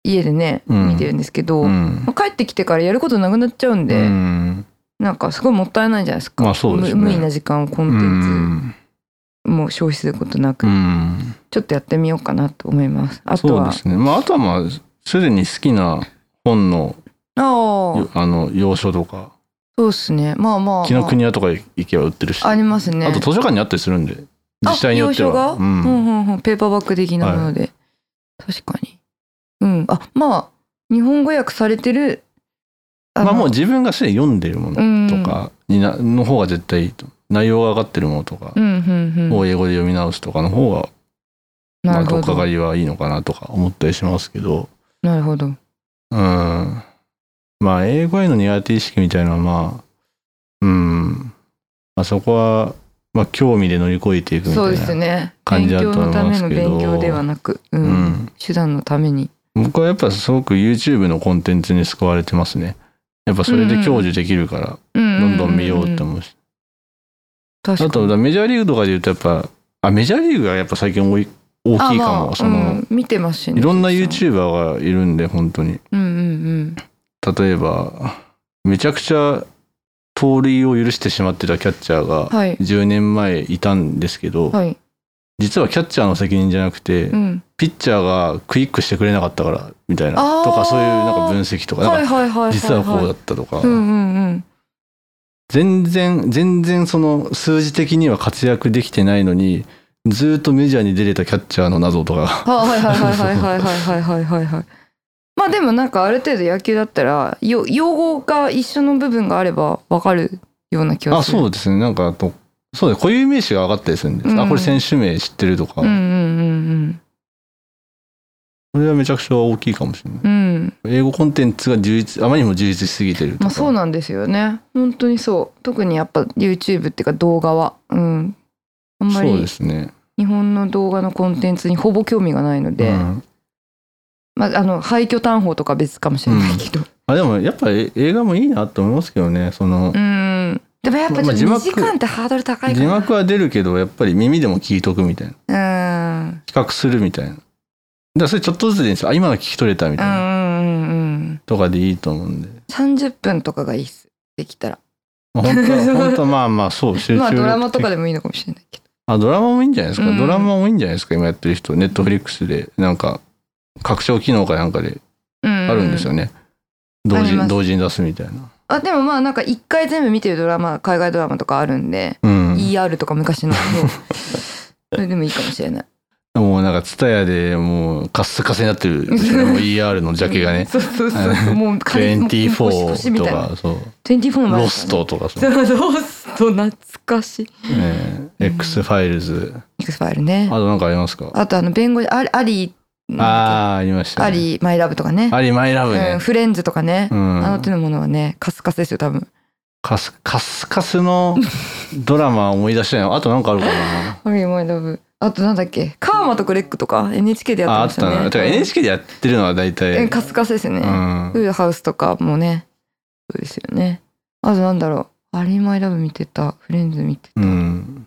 [SPEAKER 1] 家でね、
[SPEAKER 2] うん
[SPEAKER 1] 見てるんですけど、
[SPEAKER 2] うん
[SPEAKER 1] まあ、帰ってきてからやることなくなっちゃうんで、
[SPEAKER 2] うん
[SPEAKER 1] なんかすごいもったいないじゃないですか、
[SPEAKER 2] まあそうですね
[SPEAKER 1] 無無意な時間をコン
[SPEAKER 2] う
[SPEAKER 1] テン
[SPEAKER 2] ん
[SPEAKER 1] ツも消費することなく、
[SPEAKER 2] うん
[SPEAKER 1] ちょっとやってみようかなと思いますあと
[SPEAKER 2] そうで
[SPEAKER 1] は
[SPEAKER 2] すねまああとはまあすでに好きな本の
[SPEAKER 1] ああ
[SPEAKER 2] あの要所とか
[SPEAKER 1] そうですねまあまあ、まあ、
[SPEAKER 2] 紀ノ国屋とか行けば売ってるし
[SPEAKER 1] ありますね
[SPEAKER 2] あと図書館にあったりするんで自治体によっては
[SPEAKER 1] あ洋書が、うん、うんうんペーパーバッグ的な
[SPEAKER 2] はい
[SPEAKER 1] もので、確かにうんあまあ日本語訳されてるあ
[SPEAKER 2] まあ
[SPEAKER 1] の
[SPEAKER 2] もう自分がすでに読んでるものとかにな、の方が絶対いいと内容が上がってるものとか
[SPEAKER 1] うんうんうん
[SPEAKER 2] を英語で読み直すとかの方が
[SPEAKER 1] な
[SPEAKER 2] な
[SPEAKER 1] る
[SPEAKER 2] んか
[SPEAKER 1] ほ
[SPEAKER 2] おか
[SPEAKER 1] ど
[SPEAKER 2] が。りはいいのかなとか思ったりしますけど
[SPEAKER 1] なるほど。
[SPEAKER 2] うんまあ英語への苦手意識みたいなのはまあうん、まあ、そこは、まあ、興味で乗り越えていくみたい
[SPEAKER 1] そ
[SPEAKER 2] な
[SPEAKER 1] うですね。
[SPEAKER 2] 感
[SPEAKER 1] 勉
[SPEAKER 2] じだと
[SPEAKER 1] 強
[SPEAKER 2] 思い
[SPEAKER 1] のた
[SPEAKER 2] ま
[SPEAKER 1] め
[SPEAKER 2] す
[SPEAKER 1] の
[SPEAKER 2] けど
[SPEAKER 1] 勉強ではなく、う
[SPEAKER 2] うんん、
[SPEAKER 1] 手段のために。
[SPEAKER 2] 僕はやっぱすごく YouTube のコンテンツに救われてますねやっぱそれで享受できるから
[SPEAKER 1] ど
[SPEAKER 2] どんどん見ようっ
[SPEAKER 1] う。
[SPEAKER 2] て思うし、
[SPEAKER 1] 確
[SPEAKER 2] あとだからメジャーリーグとかで言うとやっぱあメジャーリーグがやっぱ最近多い大
[SPEAKER 1] あ
[SPEAKER 2] きいか
[SPEAKER 1] ま
[SPEAKER 2] も、
[SPEAKER 1] あ
[SPEAKER 2] その、
[SPEAKER 1] うん見てますしね。
[SPEAKER 2] いろんな
[SPEAKER 1] 鈴木さ
[SPEAKER 2] YouTuber がいるんで本当に
[SPEAKER 1] んうんうん
[SPEAKER 2] 例えばめちゃくちゃ盗塁を許してしまってたキャッチャーが
[SPEAKER 1] うん。はい。
[SPEAKER 2] 10年前いたんですけど、
[SPEAKER 1] はい。
[SPEAKER 2] 実はキャッチャーの責任じゃなくて、
[SPEAKER 1] うん。
[SPEAKER 2] ピッチャーがクイックしてくれなかったからみたい
[SPEAKER 1] あ
[SPEAKER 2] な
[SPEAKER 1] ー
[SPEAKER 2] とかそういうなんか分析とか
[SPEAKER 1] は
[SPEAKER 2] ないんか
[SPEAKER 1] はいはい。
[SPEAKER 2] 実はこうだ
[SPEAKER 1] だ。
[SPEAKER 2] ったとか、
[SPEAKER 1] うんうんうん。
[SPEAKER 2] 全然全然その数字的には活躍できてないのにずーっとメジャーに出れたキャッチャーの謎とか
[SPEAKER 1] あはいはいはいはいはいはいはいはいはいまあでもなんかある程度野球だったらよ用語が一緒の部分があればわかるような気が
[SPEAKER 2] あ
[SPEAKER 1] する
[SPEAKER 2] そうですねなんかあとそうね固有名詞が上がったりするんです、
[SPEAKER 1] うん
[SPEAKER 2] あこれ選手名知ってるとか、
[SPEAKER 1] うんうんうん
[SPEAKER 2] これはめちゃくちゃ大きいかもしれない
[SPEAKER 1] うんうん
[SPEAKER 2] 英語コンテンツが充実あまりにも充実しすぎてるとか、
[SPEAKER 1] まあそうなんですよね本当にそう特にやっぱ YouTube っていうか動画はうんあんま
[SPEAKER 2] そう
[SPEAKER 1] り
[SPEAKER 2] ですね
[SPEAKER 1] 日本の動画のコンテンツにほぼ興味がないので、
[SPEAKER 2] うん
[SPEAKER 1] まああの廃墟探訪とか別かもしれないけど
[SPEAKER 2] あでもやっぱり映画もいいなと思いますけどねその、
[SPEAKER 1] うん、でもやっぱちょっ
[SPEAKER 2] ま
[SPEAKER 1] と
[SPEAKER 2] あ字幕
[SPEAKER 1] 2時間ってハードル高いか
[SPEAKER 2] 字
[SPEAKER 1] な
[SPEAKER 2] 幕は出るけどやっぱり耳でも聞いとくみたいな
[SPEAKER 1] うん
[SPEAKER 2] 比較するみたいなだからそれちょっとずつでいいんですよあ今の聞き取れたみ
[SPEAKER 1] う
[SPEAKER 2] たい
[SPEAKER 1] ん
[SPEAKER 2] な、
[SPEAKER 1] うんうんうん
[SPEAKER 2] とかでいいと思うんで、
[SPEAKER 1] 30分とかがいいっすできたら
[SPEAKER 2] まあ、本当は本当はまあまあそう集中
[SPEAKER 1] まあドラマとか
[SPEAKER 2] で
[SPEAKER 1] でもいいのかもしれないけど
[SPEAKER 2] あドラマもいいんじゃないですか、
[SPEAKER 1] うん
[SPEAKER 2] ドラマもいいんじゃないですか今やってる人ネットフリックスでなんか拡張機能かなんかで
[SPEAKER 1] うん
[SPEAKER 2] あるんですよね、同
[SPEAKER 1] ありま
[SPEAKER 2] 時
[SPEAKER 1] す
[SPEAKER 2] 同時に出すみたいな
[SPEAKER 1] あでもまあなんか一回全部見てるドラマ海外ドラマとかあるんで、
[SPEAKER 2] うん、
[SPEAKER 1] ER とか昔 のそれでもいいかもしれない
[SPEAKER 2] もうなんか蔦屋でもうカッサカサになってるでしょもう ER のジャケがね
[SPEAKER 1] そうそうそうそうもう金もう腰
[SPEAKER 2] 24
[SPEAKER 1] み
[SPEAKER 2] と
[SPEAKER 1] たいな
[SPEAKER 2] かそう
[SPEAKER 1] 24もある
[SPEAKER 2] ロストとかそう、
[SPEAKER 1] そうロスト懐かしい
[SPEAKER 2] ええ X ファイルズ
[SPEAKER 1] X ファイルね
[SPEAKER 2] あとなんかありますか
[SPEAKER 1] あとあの弁護士アリアリなんだっ
[SPEAKER 2] ああーありまし
[SPEAKER 1] け
[SPEAKER 2] た
[SPEAKER 1] ア
[SPEAKER 2] ね
[SPEAKER 1] リマイラブとかね
[SPEAKER 2] ありマイラブ
[SPEAKER 1] う
[SPEAKER 2] ね
[SPEAKER 1] ん、フレンズとかね、
[SPEAKER 2] うん
[SPEAKER 1] あの手のものはねカスカスですよ多分
[SPEAKER 2] カスカスカスのドラマ思い出したよあとなんかあるかな
[SPEAKER 1] アリマイラブあとなんだっけカーマとグレックとか NHK でやって
[SPEAKER 2] ああ
[SPEAKER 1] ま
[SPEAKER 2] っ
[SPEAKER 1] したたね
[SPEAKER 2] なてか NHK でやってるのは大
[SPEAKER 1] う
[SPEAKER 2] 体
[SPEAKER 1] んカスカスですね、
[SPEAKER 2] うん
[SPEAKER 1] フールハウスとかもねそうですよねあとなんだろうアリーマイラブ見てたフレンズ見て
[SPEAKER 2] うん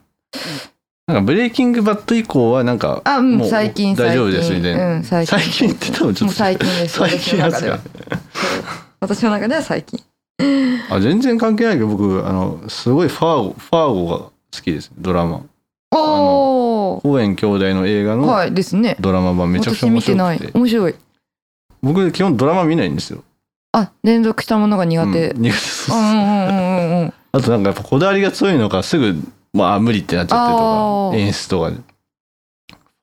[SPEAKER 2] なんかブレイキングバット以降はなんか
[SPEAKER 1] あうん
[SPEAKER 2] もう
[SPEAKER 1] 最近
[SPEAKER 2] 大丈夫です
[SPEAKER 1] 最近
[SPEAKER 2] みたいな、
[SPEAKER 1] うん最近
[SPEAKER 2] 最近って多分ちょ
[SPEAKER 1] も
[SPEAKER 2] っ
[SPEAKER 1] う
[SPEAKER 2] と
[SPEAKER 1] 最近です
[SPEAKER 2] 最近なんですか
[SPEAKER 1] 私の中では私の中では最 近
[SPEAKER 2] あ全然関係ないけど僕あのすごいファーゴファーゴが好きですドラマ
[SPEAKER 1] お
[SPEAKER 2] 公園兄弟の映画
[SPEAKER 1] お
[SPEAKER 2] の
[SPEAKER 1] はいですね
[SPEAKER 2] ドラマ版めちゃくちゃ
[SPEAKER 1] 私
[SPEAKER 2] 面
[SPEAKER 1] 見て
[SPEAKER 2] 白
[SPEAKER 1] な
[SPEAKER 2] く
[SPEAKER 1] い
[SPEAKER 2] て
[SPEAKER 1] 面白い
[SPEAKER 2] 僕基本ドラマ見ないんですよ、
[SPEAKER 1] あ連続したものが
[SPEAKER 2] うん
[SPEAKER 1] 苦手、
[SPEAKER 2] 苦手です
[SPEAKER 1] うんうんうんうんうん
[SPEAKER 2] あとなんかやっぱこだわりが強いのかすぐまあ無理ってなっちゃって
[SPEAKER 1] あ
[SPEAKER 2] と
[SPEAKER 1] ー
[SPEAKER 2] か演出とかでフ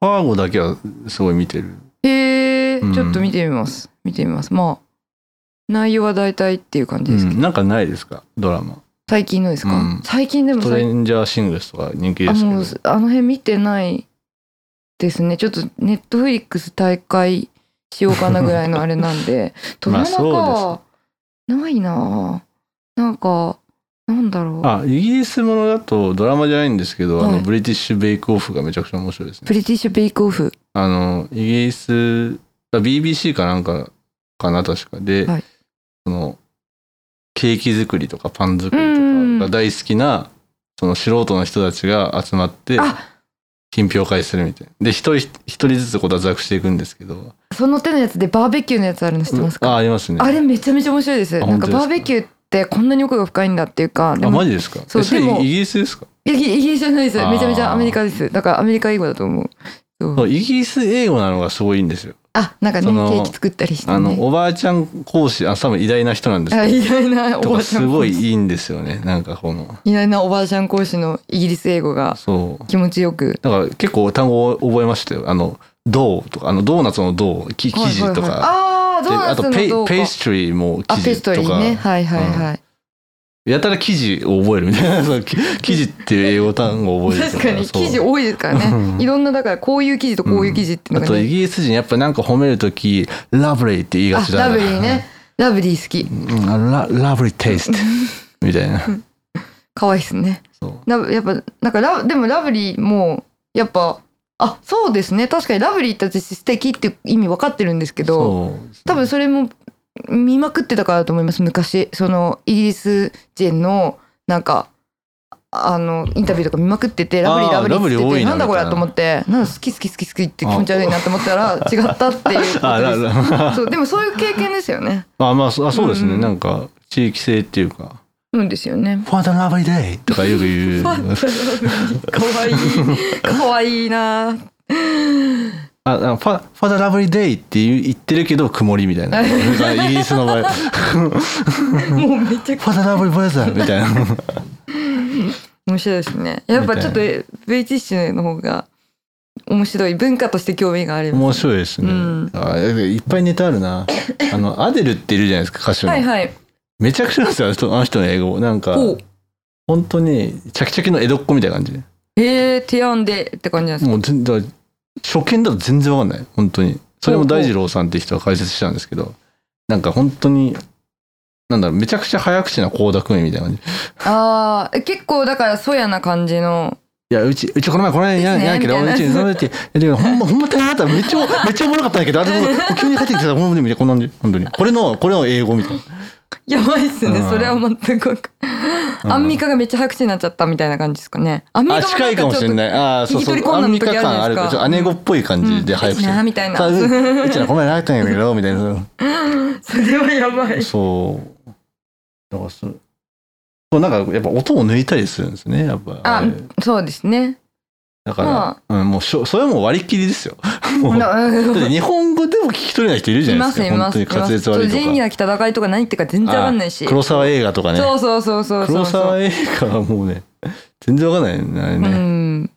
[SPEAKER 2] ァーゴだけはすごい見てる
[SPEAKER 1] へえ、
[SPEAKER 2] うん
[SPEAKER 1] ちょっと見てみます見てみますまあ内容は大体っていう感じですけど、
[SPEAKER 2] うんなんかないですかドラマ
[SPEAKER 1] 最近のですか、
[SPEAKER 2] うん
[SPEAKER 1] 最近でも
[SPEAKER 2] ス
[SPEAKER 1] 最
[SPEAKER 2] トレンジャーシングスとか人気で
[SPEAKER 1] あ
[SPEAKER 2] すけ
[SPEAKER 1] も
[SPEAKER 2] ど
[SPEAKER 1] うあの辺見てないですねちょっとネットフリックス大会しようかなぐらいのあれなんでド
[SPEAKER 2] ま
[SPEAKER 1] ラ
[SPEAKER 2] あ
[SPEAKER 1] マか、ないなあなんかなんだろう
[SPEAKER 2] あイギリスものだとドラマじゃないんですけど、あ
[SPEAKER 1] は
[SPEAKER 2] の
[SPEAKER 1] い
[SPEAKER 2] ブリティッシュベイクオフがめちゃくちゃ面白いですね
[SPEAKER 1] ブリティッシュベイクオフ
[SPEAKER 2] あのイギリスあ BBC かなんかかな確かで、
[SPEAKER 1] はい
[SPEAKER 2] そのケーキ作りとかパン作
[SPEAKER 1] う
[SPEAKER 2] り
[SPEAKER 1] ん
[SPEAKER 2] とかが大好きなその素人の人たちが集まって
[SPEAKER 1] あ
[SPEAKER 2] 品評会するみたいなで一人一人ずつこう脱落していくんですけど
[SPEAKER 1] その手のやつでバーベキューのやつあるの知ってます
[SPEAKER 2] あ
[SPEAKER 1] か
[SPEAKER 2] ありますね
[SPEAKER 1] あれめちゃめちゃ面白いです
[SPEAKER 2] あ
[SPEAKER 1] なんか
[SPEAKER 2] 本当で
[SPEAKER 1] バ
[SPEAKER 2] すか
[SPEAKER 1] ーベキューってこんなに奥が深いんだっていうかで
[SPEAKER 2] あ
[SPEAKER 1] も
[SPEAKER 2] マジですか
[SPEAKER 1] そう
[SPEAKER 2] えそれ
[SPEAKER 1] でも
[SPEAKER 2] イギリスですか
[SPEAKER 1] イギイギリスじゃないです
[SPEAKER 2] あー
[SPEAKER 1] めちゃめちゃアメリカですだからアメリカ英語だと思うそう
[SPEAKER 2] そうイギリス英語なのがすごいんですよ
[SPEAKER 1] あなんかね
[SPEAKER 2] そ
[SPEAKER 1] ケ
[SPEAKER 2] の
[SPEAKER 1] ーキ作ったりして
[SPEAKER 2] あの、
[SPEAKER 1] ね
[SPEAKER 2] おばあちゃん講師あ多分偉大な人なんです
[SPEAKER 1] あ
[SPEAKER 2] け
[SPEAKER 1] 偉大なおばあちゃ
[SPEAKER 2] どと
[SPEAKER 1] ん
[SPEAKER 2] かすごいいいんですよねなんかこの
[SPEAKER 1] 偉大なおばあちゃん講師のイギリス英語が
[SPEAKER 2] そう
[SPEAKER 1] 気持ちよく
[SPEAKER 2] だから結構単語を覚えましたよあの「銅」とかあのドーナツの「銅」き生地とか、
[SPEAKER 1] はいはいはいあー
[SPEAKER 2] で
[SPEAKER 1] ドーナ
[SPEAKER 2] あ
[SPEAKER 1] ツ
[SPEAKER 2] と
[SPEAKER 1] の
[SPEAKER 2] ペイ
[SPEAKER 1] どうか
[SPEAKER 2] ペイストリーも
[SPEAKER 1] あ
[SPEAKER 2] 生
[SPEAKER 1] ペス
[SPEAKER 2] 地
[SPEAKER 1] トリ
[SPEAKER 2] と
[SPEAKER 1] ー
[SPEAKER 2] か、
[SPEAKER 1] ねはいはいはい、
[SPEAKER 2] やたら生地を覚えるみたいな そのき生地っていう英語単語を覚えると
[SPEAKER 1] 確かに
[SPEAKER 2] そう
[SPEAKER 1] 記事多いですから
[SPEAKER 2] うん
[SPEAKER 1] ねいろんなだからこういう記事とこういう記事っていうの
[SPEAKER 2] あ
[SPEAKER 1] が
[SPEAKER 2] とイ
[SPEAKER 1] ね、
[SPEAKER 2] ギリス人やっぱなんか褒めるとき「ラブリー」って言いが
[SPEAKER 1] あ
[SPEAKER 2] ちだ
[SPEAKER 1] ラ
[SPEAKER 2] な
[SPEAKER 1] ブリーねラブリー好き
[SPEAKER 2] うんあララブリーテ イストみたいな
[SPEAKER 1] 可愛いっすね
[SPEAKER 2] そう
[SPEAKER 1] ラブやっぱなんかラブでもラブリーもやっぱあそうですね確かにラブリーって私素敵っていう意味分かってるんですけど
[SPEAKER 2] そう
[SPEAKER 1] 多分それも見まくってたからだと思います昔そのイギリス人のなんかあのインタビューとか見まくってて「
[SPEAKER 2] あ
[SPEAKER 1] ラブリー
[SPEAKER 2] ー
[SPEAKER 1] ラブリー」っつ
[SPEAKER 2] ラ
[SPEAKER 1] って
[SPEAKER 2] ブリー多い
[SPEAKER 1] て
[SPEAKER 2] な
[SPEAKER 1] なんだこ
[SPEAKER 2] み
[SPEAKER 1] れ
[SPEAKER 2] たいな
[SPEAKER 1] と思ってなんだ好き好き好き好きって気持ち悪いなと思ったら違ったっていうこと
[SPEAKER 2] あラ
[SPEAKER 1] で
[SPEAKER 2] ラ
[SPEAKER 1] すそうでもそういう経験ですよね
[SPEAKER 2] あまあそあそうですね、
[SPEAKER 1] うん
[SPEAKER 2] なんか地域性っていうか
[SPEAKER 1] うんですよね
[SPEAKER 2] 「ファンダラブリーデイ」とかよく 言う
[SPEAKER 1] かわいいかわいいな
[SPEAKER 2] ああファファダラブリーデイって言う言ってるけど曇り みたいななんかイギリスの場合フ
[SPEAKER 1] もうめちゃくちゃ
[SPEAKER 2] ァダラブリーブレザーみたいな
[SPEAKER 1] 面白いですねやっぱちょっと
[SPEAKER 2] み
[SPEAKER 1] ベイティッシュの方が面白い文化として興味があります。
[SPEAKER 2] 面白いですね、
[SPEAKER 1] うん
[SPEAKER 2] あいっぱいネタあるなあのアデルっているじゃないですか歌手の、
[SPEAKER 1] はいはい。
[SPEAKER 2] めちゃくちゃなんですよあの人あの人の英語なんか
[SPEAKER 1] お
[SPEAKER 2] 本当にチャキチャキの江戸っ子みたいな感じ
[SPEAKER 1] えー、提案でって感じなんですか。
[SPEAKER 2] もう全だから初見だと全然わかんない本当にそれも大二郎さんって人が解説したんですけどなんか本当になんだろうめちゃくちゃ早口な倖田來未みたいな感じ
[SPEAKER 1] ああ、結構だからそやな感じの。
[SPEAKER 2] いや、うち、うちこの前この前や
[SPEAKER 1] ですね
[SPEAKER 2] やんけど、
[SPEAKER 1] み
[SPEAKER 2] う
[SPEAKER 1] たいな
[SPEAKER 2] ちにその時、いやでもほ んま、ほんま大変だった。めっちゃ、めっちゃおもろかったんだけど、あれもう急に帰ってきてたら、ほんまに見て、こんなんで、本当に。これの、これの英語みたい
[SPEAKER 1] やばいっすね。
[SPEAKER 2] うん
[SPEAKER 1] それは全くわかん
[SPEAKER 2] うん
[SPEAKER 1] アンミカがめっちゃ白痴になっちゃったみたいな感じですかね。アンミ
[SPEAKER 2] な。
[SPEAKER 1] カ
[SPEAKER 2] あ、近いかもしれ
[SPEAKER 1] い。
[SPEAKER 2] ない。ああ、そうそう
[SPEAKER 1] 聞き取り。困難な時あるじゃない
[SPEAKER 2] あ
[SPEAKER 1] です
[SPEAKER 2] るち
[SPEAKER 1] か
[SPEAKER 2] ょっと姉子っぽい感じで
[SPEAKER 1] うん
[SPEAKER 2] 早口
[SPEAKER 1] いいなみたいな
[SPEAKER 2] そうううちらこの前なかったんやけど、みたいな。
[SPEAKER 1] それはやばい。
[SPEAKER 2] そう。だからそ、そうなんか、やっぱ音を抜いたりするんですね、やっぱ。
[SPEAKER 1] あ
[SPEAKER 2] れ、
[SPEAKER 1] そうですね。
[SPEAKER 2] だか
[SPEAKER 1] ま
[SPEAKER 2] ら、うん、もうしょ、それはもう割り切 りですよ。もうだって
[SPEAKER 1] い
[SPEAKER 2] 日本語でも聞き取れない人いるじゃない
[SPEAKER 1] ま
[SPEAKER 2] です
[SPEAKER 1] す
[SPEAKER 2] か。
[SPEAKER 1] います。
[SPEAKER 2] 本当に
[SPEAKER 1] いま
[SPEAKER 2] 滑
[SPEAKER 1] す
[SPEAKER 2] 舌悪いと
[SPEAKER 1] そう仁義
[SPEAKER 2] か。
[SPEAKER 1] なき戦いとか何言ってるか全然わかんないし。
[SPEAKER 2] 黒沢映画とかね。
[SPEAKER 1] そうそうそうそうそ
[SPEAKER 2] 黒
[SPEAKER 1] うそう。
[SPEAKER 2] 沢映画はもうね、全然わかんないよねあれ
[SPEAKER 1] う
[SPEAKER 2] ね。
[SPEAKER 1] ん。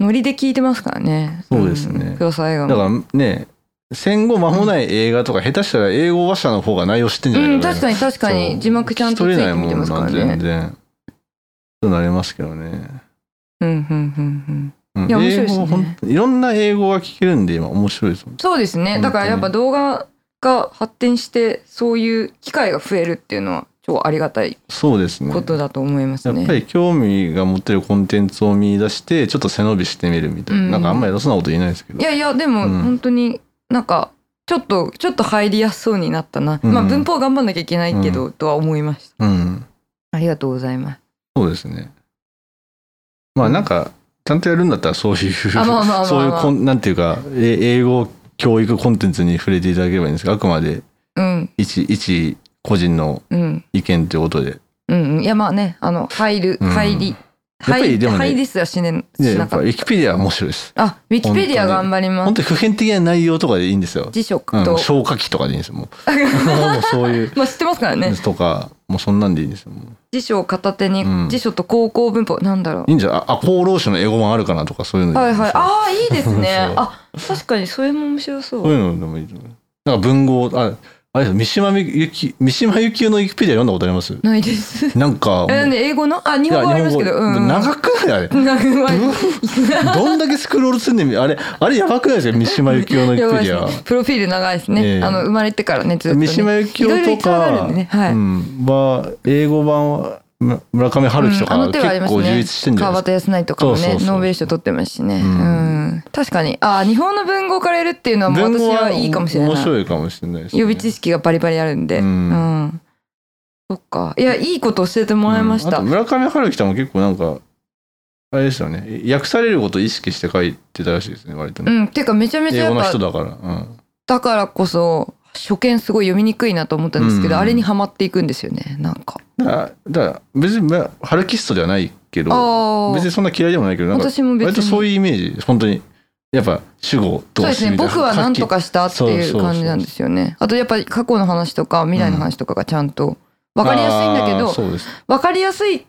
[SPEAKER 1] ノリで聞いてますからね。
[SPEAKER 2] そうですね
[SPEAKER 1] ん黒沢映画
[SPEAKER 2] だ
[SPEAKER 1] も。
[SPEAKER 2] からね、戦後間もない映画とか、下手したら英語話者の方が内容知ってんじゃな
[SPEAKER 1] う
[SPEAKER 2] い
[SPEAKER 1] ん、確か
[SPEAKER 2] に。
[SPEAKER 1] に確か
[SPEAKER 2] そう
[SPEAKER 1] に字幕ちゃんとつ
[SPEAKER 2] 聞き取
[SPEAKER 1] い
[SPEAKER 2] れ
[SPEAKER 1] て
[SPEAKER 2] ない
[SPEAKER 1] みてま
[SPEAKER 2] もん
[SPEAKER 1] すか
[SPEAKER 2] な
[SPEAKER 1] ら
[SPEAKER 2] 全
[SPEAKER 1] ね。
[SPEAKER 2] 然。となりますけどね。
[SPEAKER 1] うんうんうんうん。
[SPEAKER 2] うん
[SPEAKER 1] いや面白い
[SPEAKER 2] 英
[SPEAKER 1] ですね
[SPEAKER 2] 語ほんいろんな英語が聞けるんで、今面白いですもん。
[SPEAKER 1] そうですね。だからやっぱ動画が発展してそういう機会が増えるっていうのは超ありがたい
[SPEAKER 2] そうですね。
[SPEAKER 1] ことだと思います
[SPEAKER 2] や
[SPEAKER 1] ね。
[SPEAKER 2] っぱり興味が持ってるコンテンツを見出して、ちょっと背伸びしてみるみたいな。
[SPEAKER 1] うん
[SPEAKER 2] なんかあんまり偉そうなこと言えないですけど
[SPEAKER 1] い。やいやでも
[SPEAKER 2] うん
[SPEAKER 1] 本当になんかちょっとちょっと入りやすそうになったな。
[SPEAKER 2] うん
[SPEAKER 1] まあ文法頑張んなきゃいけないけど、とは思いました。
[SPEAKER 2] うん。
[SPEAKER 1] ありがとうございます。
[SPEAKER 2] そうですね。まあなんか、ちゃんとやるんだったらそういう、
[SPEAKER 1] あまあまあまあまあ
[SPEAKER 2] そういうこん、なんていうか、え英語教育コンテンツに触れていただければいいんですが、あくまで
[SPEAKER 1] うん
[SPEAKER 2] 一、一個人の
[SPEAKER 1] うん
[SPEAKER 2] 意見ということで。
[SPEAKER 1] うんうんいやまあねあの入る
[SPEAKER 2] うん
[SPEAKER 1] 入り、
[SPEAKER 2] ぱり
[SPEAKER 1] 入
[SPEAKER 2] でもね
[SPEAKER 1] 入りすらしね
[SPEAKER 2] で
[SPEAKER 1] し
[SPEAKER 2] や
[SPEAKER 1] な
[SPEAKER 2] っぱ、
[SPEAKER 1] か
[SPEAKER 2] ウ
[SPEAKER 1] っ
[SPEAKER 2] ィキペディアは面白いです。
[SPEAKER 1] た。あウィキペディア頑張りま
[SPEAKER 2] 本
[SPEAKER 1] す。
[SPEAKER 2] 当に普遍的な内容とかでいいんですよ。
[SPEAKER 1] 辞書
[SPEAKER 2] うん、
[SPEAKER 1] と、
[SPEAKER 2] 消化器とかでいいんですよ、もう。もうそういう、
[SPEAKER 1] まあ知ってますから ね。
[SPEAKER 2] とか、もうそんなんでいいんですよ。もう
[SPEAKER 1] 辞書を片手に、
[SPEAKER 2] うん
[SPEAKER 1] 辞書と高校文法なんだろ
[SPEAKER 2] いいんじゃないあ、厚労省の英語版あるかなとか、そういうの
[SPEAKER 1] う。
[SPEAKER 2] で
[SPEAKER 1] はいはい。
[SPEAKER 2] そう
[SPEAKER 1] ああいいですね
[SPEAKER 2] そう。
[SPEAKER 1] あ確かにそれも面白
[SPEAKER 2] そ
[SPEAKER 1] そうう。
[SPEAKER 2] いうのでもいいと思う。なんか文豪、あ、あれです三島由紀夫、三島由紀夫のウィキペディア読んだことあります
[SPEAKER 1] ないです。
[SPEAKER 2] なんか、
[SPEAKER 1] えね英語のあ日本語ありますけど、
[SPEAKER 2] いや
[SPEAKER 1] う
[SPEAKER 2] 日
[SPEAKER 1] んうん。
[SPEAKER 2] 長 くないあれ。
[SPEAKER 1] 長くない
[SPEAKER 2] どんだけスクロールすんねん、あれ、あれやばくないですか三島由紀夫のウ ィ
[SPEAKER 1] や
[SPEAKER 2] キ
[SPEAKER 1] ば
[SPEAKER 2] ペ
[SPEAKER 1] い
[SPEAKER 2] デ
[SPEAKER 1] で
[SPEAKER 2] ィアは
[SPEAKER 1] すね。プロフィール長いですね。
[SPEAKER 2] ええ
[SPEAKER 1] あの生まれてからねずっと、ね。
[SPEAKER 2] 三島由紀
[SPEAKER 1] いろいろ
[SPEAKER 2] 夫と
[SPEAKER 1] 一応ある
[SPEAKER 2] か、
[SPEAKER 1] んでね。はい。
[SPEAKER 2] うん、は、英語版は、む村上春樹と
[SPEAKER 1] うんあ
[SPEAKER 2] か、
[SPEAKER 1] の手はありま
[SPEAKER 2] 結
[SPEAKER 1] すね
[SPEAKER 2] 構充実してんじゃ
[SPEAKER 1] 川
[SPEAKER 2] ないですか。
[SPEAKER 1] 端康成とかもね
[SPEAKER 2] そうそうそう
[SPEAKER 1] ノーベル賞取ってますしね、う
[SPEAKER 2] うん
[SPEAKER 1] ん確かにあ日本の文豪からやるっていうのはもう
[SPEAKER 2] 文
[SPEAKER 1] 私
[SPEAKER 2] 豪
[SPEAKER 1] はいいかもしれない
[SPEAKER 2] 面白いかもしれないです、ね。
[SPEAKER 1] 予備知識がバリバリあるんでう
[SPEAKER 2] う
[SPEAKER 1] んん、そっかいやいいこと教えてもらいました、
[SPEAKER 2] うんあと村上春樹さんも結構なんか、あれですよね。訳されることを意識して書いてたらしいですね、割とね。
[SPEAKER 1] うんていうかめちゃめちゃ
[SPEAKER 2] 英
[SPEAKER 1] や
[SPEAKER 2] 語
[SPEAKER 1] っ
[SPEAKER 2] の人
[SPEAKER 1] ぱ
[SPEAKER 2] だから。うん。
[SPEAKER 1] だからこそ初見すごい読みにくいなと思ったんですけど、
[SPEAKER 2] うん
[SPEAKER 1] あれにはまっていくんですよねなんか
[SPEAKER 2] だからだから別に、まあ、ハルキストではないけど、
[SPEAKER 1] あ
[SPEAKER 2] 別に
[SPEAKER 1] あ
[SPEAKER 2] そんな嫌いでもないけど、なんか、
[SPEAKER 1] 私も別
[SPEAKER 2] 割と
[SPEAKER 1] に
[SPEAKER 2] そういうイメージです、本当に。やっぱ、主語、動
[SPEAKER 1] そうで
[SPEAKER 2] 詞
[SPEAKER 1] すね
[SPEAKER 2] みたいな
[SPEAKER 1] 僕は何とかしたってい
[SPEAKER 2] そううそうそう
[SPEAKER 1] 感じなんですよねあとやっぱり過去の話とか未来の話とかがちゃんと分かりやすいんだけ
[SPEAKER 2] あー
[SPEAKER 1] ど
[SPEAKER 2] そうです。
[SPEAKER 1] 分かりやすい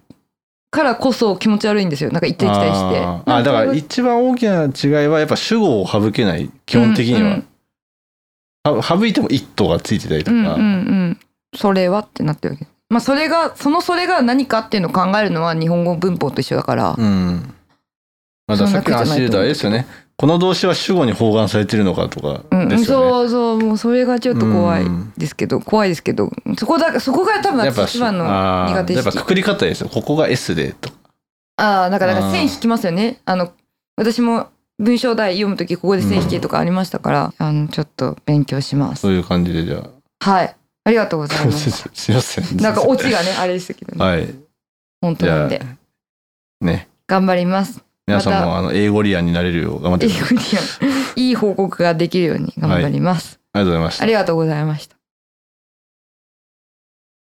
[SPEAKER 1] からこそ気持ち悪いんですよなんか一体期待して
[SPEAKER 2] あーあー、だから一番大きな違いは、やっぱ主語を省けない、基本的には。は省いても一頭がついてたりと
[SPEAKER 1] うんうんうん
[SPEAKER 2] か、
[SPEAKER 1] うんそれはってなってるわけまあそれがそのそれが何かっていうのを考えるのは日本語文法と一緒だから、
[SPEAKER 2] うん。まださっきの話で言うとあれですよね。この動詞は主語に包含されてるのかとか
[SPEAKER 1] うん
[SPEAKER 2] ですよね。
[SPEAKER 1] そうそうもうそれがちょっと怖いですけど、怖いですけどそこだそこが多分
[SPEAKER 2] やっぱ
[SPEAKER 1] 私一番の
[SPEAKER 2] あー
[SPEAKER 1] 苦手意
[SPEAKER 2] やっぱ
[SPEAKER 1] 識
[SPEAKER 2] くくり方ですよ。ここが S でとか。
[SPEAKER 1] ああだからだか
[SPEAKER 2] う
[SPEAKER 1] ら
[SPEAKER 2] ん
[SPEAKER 1] 線引きますよねあの私も文章題読む時ここで線引きとかありましたから、あのちょっと勉強します
[SPEAKER 2] そういう感じでじゃ
[SPEAKER 1] はいありがとうござい
[SPEAKER 2] あ。
[SPEAKER 1] ま すす
[SPEAKER 2] いません。
[SPEAKER 1] なんかオチがねあれでしたけどね、
[SPEAKER 2] はい。
[SPEAKER 1] 本当なんで
[SPEAKER 2] ね。
[SPEAKER 1] 頑張ります
[SPEAKER 2] 皆さん
[SPEAKER 1] ま
[SPEAKER 2] もあの英語リアンになれるよう頑張っ
[SPEAKER 1] 英
[SPEAKER 2] てくださ
[SPEAKER 1] 語
[SPEAKER 2] い。
[SPEAKER 1] にはいい報告ができるように頑張ります、
[SPEAKER 2] ありがとうございました
[SPEAKER 1] あ。りがとうございました